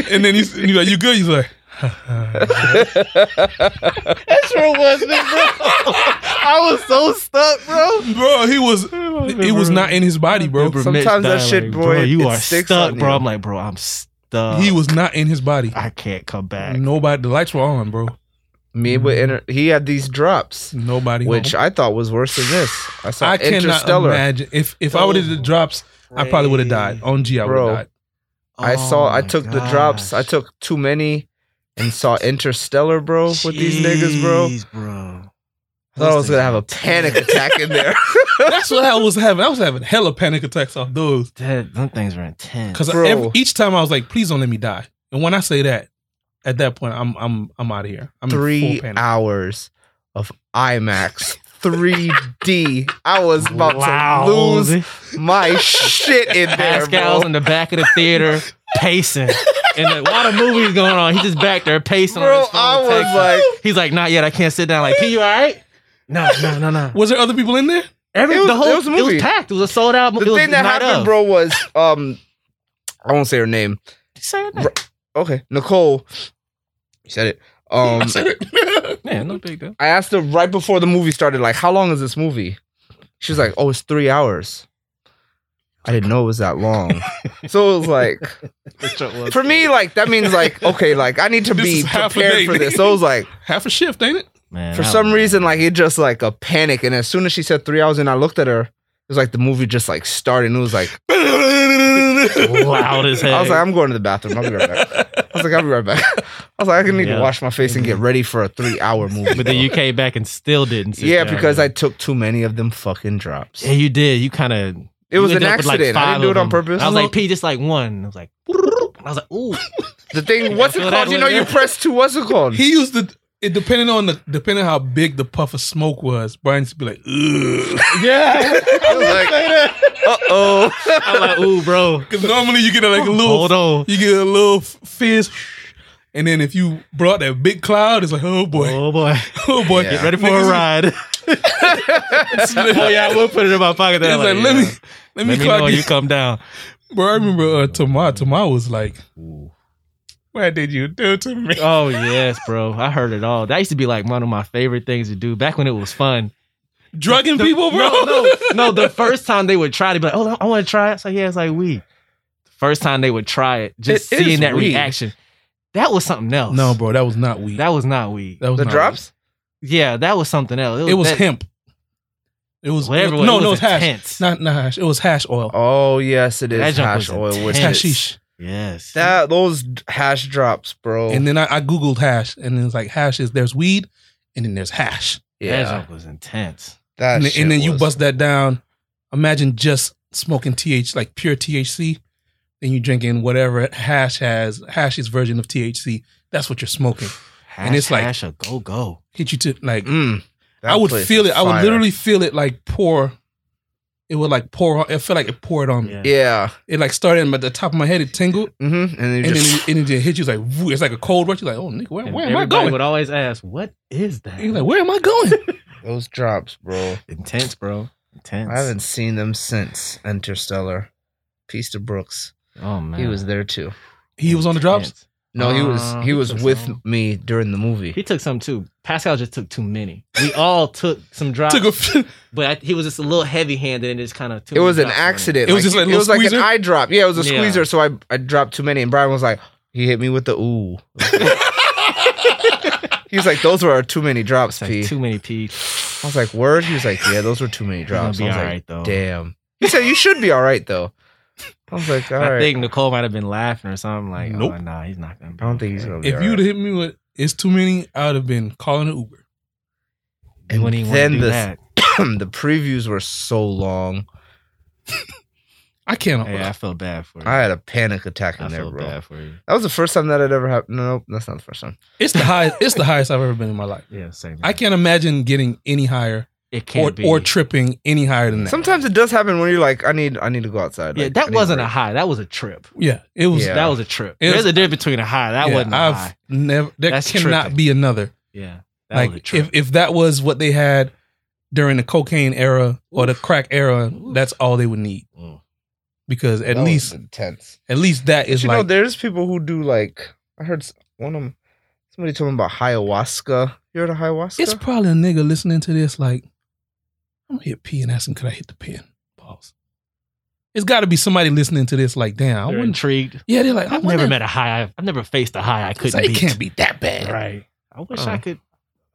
and then he's, he's like, you good? He's like,
that sure was me, bro. I was so stuck, bro.
bro, he was, it was not in his body, bro.
Remember
Sometimes
Mitch
that
Dyer,
shit,
like,
boy,
bro, you
it
are
sticks
stuck,
on
bro.
you.
I'm like, bro, I'm stuck.
He was not in his body.
I can't come
uh,
back.
Nobody, the lights were on, bro.
Me with inter- he had these drops,
Mm-hmm.
Nobody,
which
home.
I thought was worse than this. I saw
I cannot
Interstellar.
imagine. If if I would have the drops, I probably would have died. On G, I would
Bro.
have died.
I saw.
Oh
I took the drops. I
took.
took too many, and saw Interstellar, bro. With these niggas, bro.
Jeez, bro.
I thought I was gonna have a panic attack in there,
That's what I was having. I was having hella panic attacks off those.
That, them things were intense.
Because
Bro.
each time I was like, please don't let me die. And when I say that, at that point, I'm I'm I'm out of here. I'm in
three
full panic.
hours of IMAX 3D. I was about
Wow.
to lose my shit in there,
Pascal's
bro.
in the back of the theater pacing. And the, while the movie's going on, he's just back there pacing. on
Bro,
his phone,
I was
texting.
like-
he's like, not yet. I can't sit down. Like, P, you all right? No, no, no, no.
Was there other people in there?
Every
It was-
the whole
it was a movie.
packed. It was a sold out.
The thing that happened, bro, was um, I won't say her name.
Say it.
Bro. Okay, Nicole. You said it. Um,
Yeah, no big deal.
I asked her right before the movie started, like, how long is this movie? She was like, oh, it's three hours. I didn't know it was that long. so it was like, for me, like, that means, like, okay, like, I need to
This
be
is half a day.
prepared for this. So it was like,
Half a shift, ain't it?
Man,
for
I
some
was-
reason, like, it just, like, a panic. And as soon as she said three hours and I looked at her, it was like the movie just, like, started. And it was like,
loud as hell.
I was like, I'm going to the bathroom. I'll be right back. I was like, I'll be right back. I was like, I need
Yeah.
to wash my face and get ready for a three hour movie.
but then you came back and still didn't. Sit
yeah,
down.
because I took too many of them fucking drops.
yeah, you did. You kind of.
It was an accident. I didn't do it on purpose.
I was like, P, just like one. I was like, I was like, ooh,
The thing, what's it
feel that
called? You
way,
know, you
yeah.
press two. What's it called?
He used to it depending on the depending how big the puff of smoke was. Brian used to be like, ugh.
Yeah. uh oh.
I was like, ooh, bro.
Because normally you get a, like a little,
Hold on.
you get a little f- fizz, and then if you brought that big cloud, it's like, oh boy,
Oh boy,
oh boy,
Yeah.
get ready for a ride. oh yeah, I will put it in my pocket.
It's
Then I'm
like, let
yeah.
me, let me,
let me
clock
know
you.
you come down.
Bro, I remember uh, Tamar. Tamar was like, "Why did you do to me?"
Oh yes, bro. I heard it all. That used to be like one of my favorite things to do back when it was fun.
Drugging people, bro.
No, no, no. The first time they would try to be like, "Oh, I want to try it." So yeah, it's like weed. The first time they would try it, just
It is
seeing that
weed.
reaction, that was something else.
No, bro, that was not weed.
that was not weed.
That was
The
not
drops?
Yeah, that was something else.
weed. It was
that-
hemp. It was
Whatever.
It was,
it was,
no,
it
no,
was
it was hash.
intense.
Not not hash. It was hash oil.
Oh, yes, it is.
That junk
hash
was
oil with
it's
intense.
hashish.
yes.
That those hash drops, bro.
And then I, I googled hash, and it was like hash is there's weed, and then there's hash.
that
yeah,
junk was intense.
that
and, then-
shit
and then you
was-
bust that down. Imagine just smoking TH like pure THC, then you drinking whatever hash has hash's version of THC. That's what you're smoking.
Hash,
it's like-
hash a go go.
Hit you to like
Mm, that
I would
place
feel
is
it. I would
fire.
literally feel it like pour. It would like pour. It felt like it poured on me.
Yeah.
It like started at the top of my head. It tingled,
Mm-hmm. And then you
and then
just
it, and it just hit you. It's like woo, it's like a cold rush. You're like, oh nigga, where,
And
where am I
everybody
going?
Would always ask, "What is that?"
You're like, where am I going?
those drops, bro.
intense, bro. Intense.
I haven't seen them since Interstellar. Peace to Brooks.
Oh man,
He was there too.
He was on the drops.
Intense.
No, he was
Uh,
he
he
was
took
with
some.
me during the
He
movie.
took some too. Pascal just took too many. We all took some drops.
Took a. f-
But I, he was just a little heavy handed and just kind of.
It was an accident.
It was just like a
it was
little
like an
squeezer?
eye drop. Yeah, it was a
Yeah.
squeezer. So I I dropped too many, and Brian was like, he hit me with the ooh. he was like, those were too many drops,
It's like
P.
too many P's.
I was like, word. He was like, yeah, those were too many
You're gonna
drops.
be
I
all
was
right
like,
though.
damn. Oh. He said, you should be all right though. I was like, all
I
right.
think Nicole might have been laughing or something. Like,
Nope.
oh nah, he's not gonna. Be
I don't think he's
okay.
gonna be.
if
all
you'd
right.
hit me with it's too many, I'd have been calling an Uber.
He wouldn't even
then
then
the-
that.
the previews were so long.
I can't.
Hey, I felt bad for you.
I had a panic attack in
I
there,
felt
bro.
bad for you.
That was the first time that had ever happened. No, nope, that's not the first time.
It's the highest. It's the highest I've ever been in my life.
Yeah, same.
I
here.
can't imagine getting any higher
It can't
or,
be.
or tripping any higher than that.
Sometimes it does happen when you're like, I need, I need to go outside.
yeah,
Like, I
that
need
wasn't a
break.
high. That was a trip.
yeah, it was.
Yeah.
That was a trip.
It was-
There's a difference between a high. That
yeah,
wasn't a
I've
high.
never. There
That's
cannot
tripping.
be another.
Yeah, that was a
Like
trip.
if if that was what they had during the cocaine era or the crack era,
Oof.
that's all they would need
Mm.
because at
That was
least
intense.
at least that
But
is
you know,
like
there's people who do like. I heard s- one of them. Somebody told me about ayahuasca. You heard of ayahuasca?
it's probably a nigga listening to this like I'm gonna hit P and ask him could I hit the pen? Pause. It's got to be somebody listening to this like damn I
They're
wouldn't.
intrigued.
Yeah, they're like I
I've never
wonder-
met a high. I've, I've never faced a high I
It's
couldn't
like, it
beat.
can't be that bad.
Right. I wish
Oh.
I could.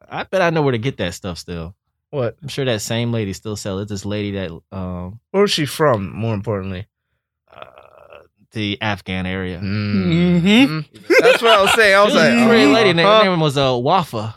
I bet I know where to get that stuff. Still,
what?
I'm sure that same lady still sells. It's this lady that um
Where's she from? More importantly,
uh, the Afghan area.
Mm.
Mm-hmm.
that's what I was saying. I was
She
like,
a pretty lady. Her
uh-huh.
name was uh, Wafa.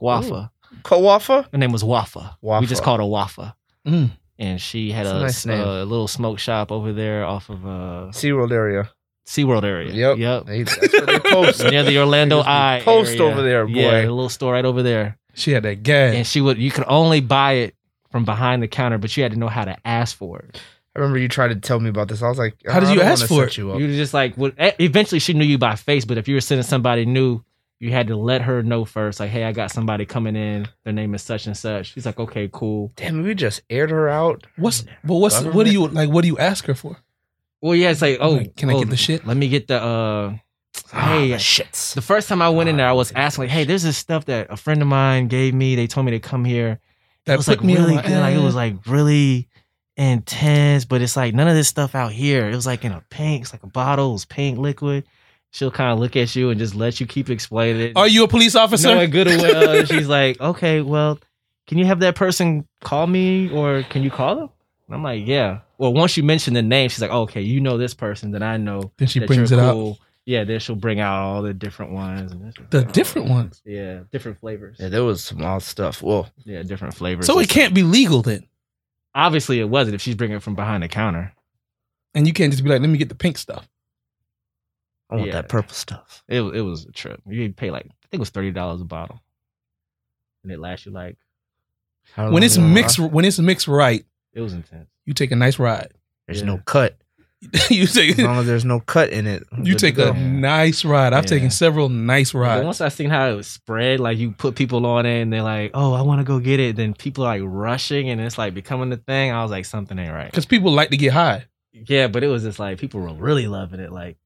Wafa.
Kawafa.
Her name was Wafa. We just
Wafa.
called her Wafa.
Mm.
And she had
That's
a,
a nice name.
a little smoke shop over there off of uh,
SeaWorld area.
SeaWorld area.
Yep.
Oh.
Yep.
They, that's where they post.
Near the Orlando
Just
Eye.
post
area.
over there,
Yeah,
boy.
a little store right over there.
She had that gas.
and she would you could only buy it from behind the counter, but you had to know how to ask for it.
I remember you tried to tell me about this. I was like,
How did
I
you
don't
ask
wanna
for
set
it?
You up.
You just like would, e- eventually she knew you by face, but if you were sending somebody new, you had to let her know first, like, hey, I got somebody coming in, their name is such and such. She's like, okay, cool.
Damn, we just aired her out.
What's but what's what do you like? What do you ask her for?
Well, yeah, it's like, oh,
Like, can I
oh,
get the shit?
Let me get the uh
Hey,
Ah,
Hey.
shits.
The first time I went in there, I was
Ah,
asking, like, hey, there's this stuff that a friend of mine gave me. They told me to come here.
That
it was like
put me on
really
my
good. Like it was
ass.
like really intense, but it's like none of this stuff out here. It was like in a pink, it's like a bottle, it's pink liquid. She'll kind of look at you and just let you keep explaining it.
Are you a police officer?
knowing good or well? she's like, okay, well, can you have that person call me or can you call them? And I'm like, yeah. well, once you mention the name, she's like, oh, okay, you know this person that I know.
Then she
that
brings it
you're
out.
cool. Yeah, then she'll bring out all the different ones. And this-
The different ones.
Yeah, different flavors.
Yeah, there was some odd stuff. Well,
Yeah, different flavors.
So it can't be legal then.
Obviously, it wasn't if she's bringing it from behind the counter.
And you can't just be like, let me get the pink stuff.
I want
Yeah.
that purple stuff.
It it was a trip. You pay like I think it was thirty dollars a bottle, and it lasts you like
How long
When it's
you gonna
mixed,
last?
when it's mixed right,
it was intense.
you take a nice ride.
there's
yeah.
no cut.
you take
As long as there's no cut in it, I'm
you
good to
take
go.
a nice ride. I've
Yeah.
taken several nice
But
rides.
once I seen how it was spread, like you put people on it and they're like, "Oh, I want to go get it." Then people are like rushing and it's like becoming the thing. I was like, something ain't right.
Because people like to get high.
Yeah, but it was just like people were really loving it. Like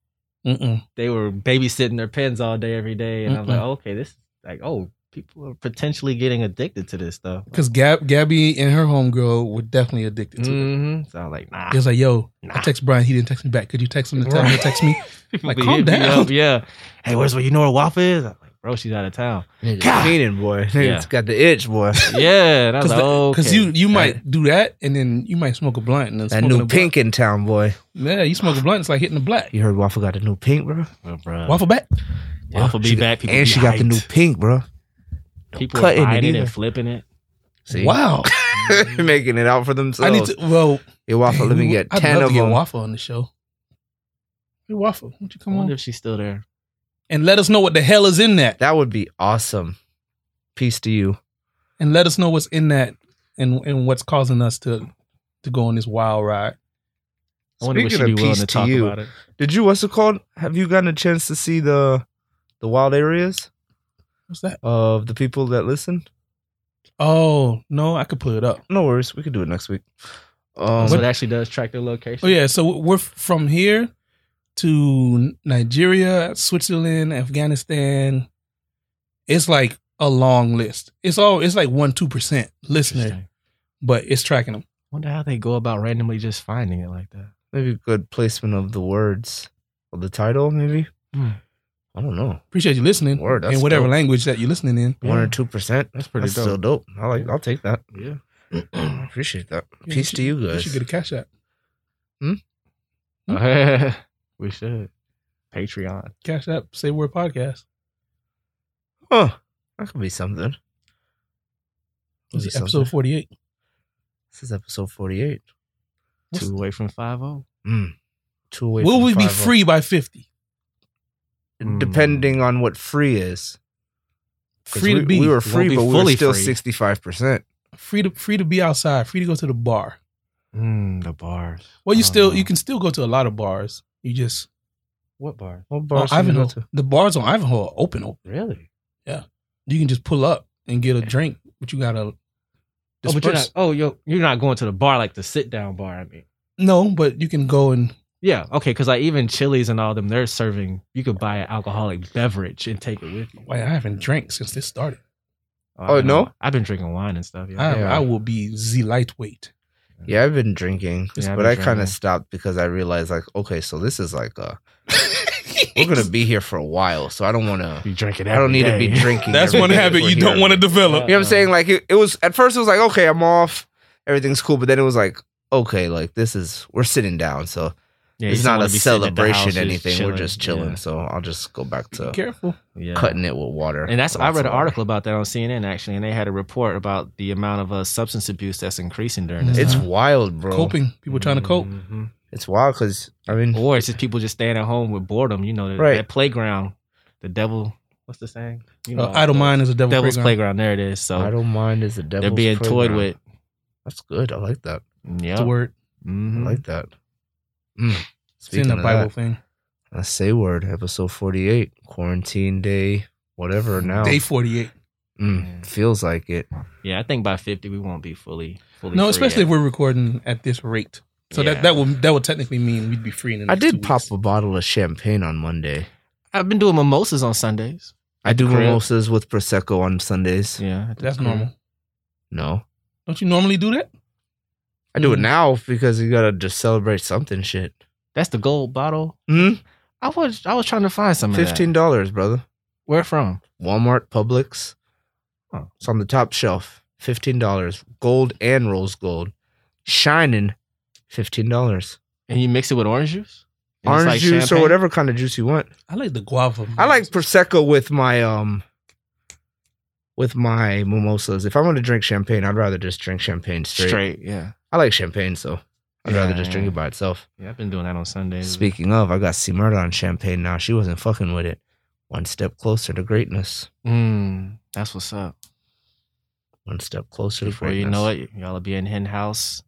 Mm-mm.
they were babysitting their pens all day every day, and I'm like, okay, this like oh, people are potentially getting addicted to this stuff.
Because Gab, Gabby and her homegirl were definitely addicted to
Mm.
it.
hmm
Mm-hmm.
So I'm like, nah.
It was like, yo, I
Nah.
text Brian. He didn't text me back. Could you text him to tell him to text me? Like,
But
calm
hit me
down.
up, yeah. Hey, where's where you know where WAP is? I'm like, bro, she's out of town.
Nigga, feeding boy. Nigga's got the itch, boy.
Yeah, and I was
Because
like, oh, okay.
you you might do that, and then you might smoke a blunt. And then
That
smoking
new
a
pink in town, boy.
Blunt. Yeah, you smoke a blunt. It's like hitting the black.
You heard Waffle got a new pink, bro.
Well, bro,
Waffle back.
Yeah,
Waffle be
she got-
back. People
and
be
she got the new
hyped.
pink, bro.
people
cut
are
in it
biting it
either.
and flipping it.
See,
Wow.
making it out for themselves.
I need to. Well,
Hey, waffle.
dang,
let me
we-
get
I'd
ten
love
of
to get
them.
waffle on the show. Hey, waffle, won't you
I
come
wonder
on
if she's still there.
and let us know what the hell is in that,
That would be awesome. Peace to you.
and let us know what's in that, and and what's causing us to to go on this wild ride.
I wonder if she'd
Speaking
be
of
willing
peace
to
to
talk
you.
about it.
Did you? What's it called? Have you gotten a chance to see the the wild areas
What's that?
of the people that listen?
Oh no, I could pull it up.
No worries. We could do it next week. Um,
So it actually does track their location.
Oh yeah, so we're from here to Nigeria, Switzerland, Afghanistan. It's like a long list. It's all it's like one two percent listener,
Interesting.
but it's tracking them.
Wonder how they go about randomly just finding it like that.
maybe good placement of the words or the title, maybe.
Hmm.
I don't know.
Appreciate you listening
Word, that's
in whatever
dope.
language that you're listening in.
One
Yeah.
or two percent.
That's pretty
That's still dope. I like. I'll take that.
Yeah.
I appreciate that.
Yeah,
Peace
you
to you
should- You
guys.
should get a cash app.
Hmm? we should. Patreon.
Cash app. Say word podcast.
Huh. That could be something.
This
Could
is
be
episode
something.
forty eight.
This is episode forty-eight. What's-
Two away from five oh. zero.
Mm. Two away.
Will
from oh.
we be
5-0.
free by fifty?
Hmm.
Depending on what free is. 'Cause
Free
we,
to be
We were
Won't
free,
be
but we were
fully
still
free.
sixty-five percent.
free to free to be outside. Free to go to the bar.
Mm, the bars.
Well, you
Oh,
still
no.
Uh-huh.
you can still go to a lot of bars. You just
What bars?
What
Oh,
bars
Ivanhoe. The bars on Ivanhoe are open. open.
Really?
You can just pull up and get a drink, but you gotta
Oh, but you're
disperse.
not. Oh, yo, you're not going to the bar like the sit down bar. I mean,
no, but you can go and
yeah, okay, because like even Chili's and all them, they're serving. You could buy an alcoholic beverage and take it with you.
wait, I haven't drank since this started.
Oh,
I know.
no?
I've been drinking wine and stuff. Yeah,
I,
Yeah.
I will be Z lightweight.
Yeah, I've been drinking,
Yeah, I've
but
been
I kind
drinking.
of stopped because I realized, like, okay, so this is like a we're gonna be here for a while, so I don't want to.
be drinking.
I don't
every
need to
day.
be drinking.
That's
every
one
day
habit
if we're
you don't
here.
want to develop.
You know what I'm saying? Like it, it was at first, it was like, okay, I'm off, everything's cool, but then it was like, okay, like this is we're sitting down, so
Yeah, you
it's
just
not
wanna
a
be sitting at the house,
celebration
just
anything. We're
chilling.
just chilling, so I'll just go back
Be
to
careful.
Yeah. yeah.
cutting it with water.
And that's I
Lots
read
of
an
water.
article about that on CNN actually, and they had a report about the amount of uh, substance abuse that's increasing during this.
Mhm.
It's
time.
wild, bro. Mm-hmm.
Coping. People trying to cope.
Mhm.
It's wild because I mean,
or it's just people just staying at home with boredom. You know, that,
Right.
that playground, the devil. What's the saying? You
Uh, idle
the
mind is a devil.
Devil's
playground.
playground. There it is. So
I don't mind is a devil.
they're being toyed with.
That's good. I like that.
It's a
Yeah.
word.
I
hmm
like that. Mm.
It's in the
of
Bible
that,
thing.
a say word episode forty eight quarantine day whatever now
Day forty eight.
Mm, feels like it.
Yeah, I think by fifty we won't be fully fully.
No,
free
especially
yet.
if we're recording at this rate. So
Yeah.
that that would that would technically mean we'd be free in the
I
next two
did pop
weeks.
a bottle of champagne on Monday.
I've been doing mimosas on Sundays.
I do
crib?
mimosas with prosecco on Sundays.
Yeah, at the
That's
Mm.
crib.
normal.
No,
Don't you normally do that?
I do it
Mm.
now because you gotta just celebrate something. Shit,
That's the gold bottle.
mm?
I was I was trying to find some.
fifteen
Fifteen.
dollars, brother.
Where from?
Walmart, Publix.
Huh.
It's on the top shelf. Fifteen dollars, gold and rose gold, shining. Fifteen dollars.
And you mix it with orange juice? And it's
Orange
like
juice or
champagne? Mm.
whatever kind of juice you want.
I like the guava.
I like prosecco with my um with my mimosas. If I want to drink champagne, I'd rather just drink champagne straight.
Straight. yeah.
I like champagne, so I'd rather just drink
Yeah.
it by itself.
Yeah, I've been doing that on Sundays.
Speaking of, I got C Murder on champagne now. She wasn't fucking with it. One step closer to greatness.
Mm, that's what's up.
One step closer to
Before
greatness.
you know it, y'all will be in hen house,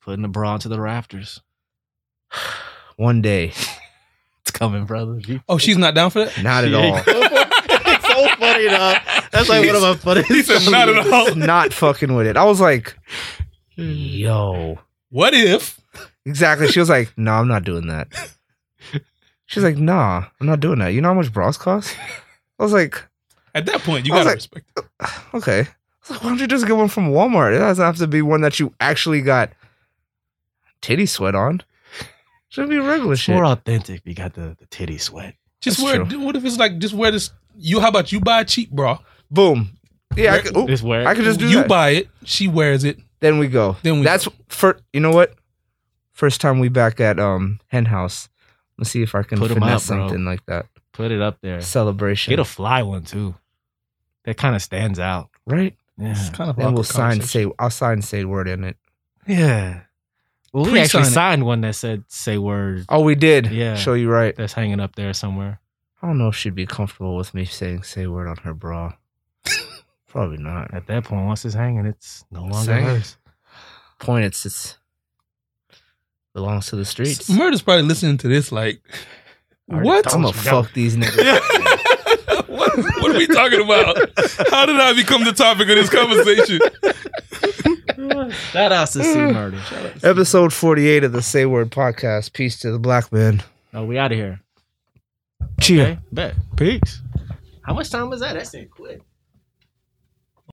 putting the bra into the rafters.
One day.
It's coming, brother. Be-
Oh, she's not down for that.
Not at
She
all.
ain't it's so funny, though. That's like one of my funniest.
He said not at all.
Not fucking with it. I was like,
Mm.
yo.
What if?
Exactly. She was like, "No, I'm not doing that." She's like, "Nah, I'm not doing that." You know how much bras cost? I was like,
At that point, you
I was
gotta
like-
respect.
"Okay." I was like, "Why don't you just get one from Walmart? It doesn't have to be one that you actually got titty sweat on. Should be regular
It's
shit."
more authentic. You got the, the titty sweat.
Just
That's
wear.
true.
dude, What if it's like just wear this? You how about you buy a cheap bra?
Boom. Yeah, I
Where-
could, ooh,
It's where
I could just do
you
that.
buy it. She wears it.
then we go.
Then we.
That's for you know what? First time we back at um hen house. Let's see if I can
Put 'em
finesse
up, bro.
something like that.
put it up there.
Celebration,
Get a fly one too. That kind of stands out.
right?
Yeah.
it's kind of.
Then
awkward
we'll sign
conversation.
say I'll sign say word in it.
Yeah. Well, we
Pre-sign
actually
it.
signed one that said "say word."
Oh, we did.
Yeah.
Show you right.
That's hanging up there somewhere.
I don't know if she'd be comfortable with me saying say word on her bra. Probably not.
At that point, once it's hanging, it's no longer
Same.
hers.
Point it's it's belongs to the streets.
Murder's probably listening to this. Like,
Already
what?
I'm gonna fuck these niggas.
what, what are we talking about? How did I become the topic of this conversation?
Shout out to C Murder.
Episode 48 of the Say Word podcast. Peace to the black man.
No, Oh, we out of here.
Cheer.
Okay, bet. Peace. How much time was that? That seemed quick.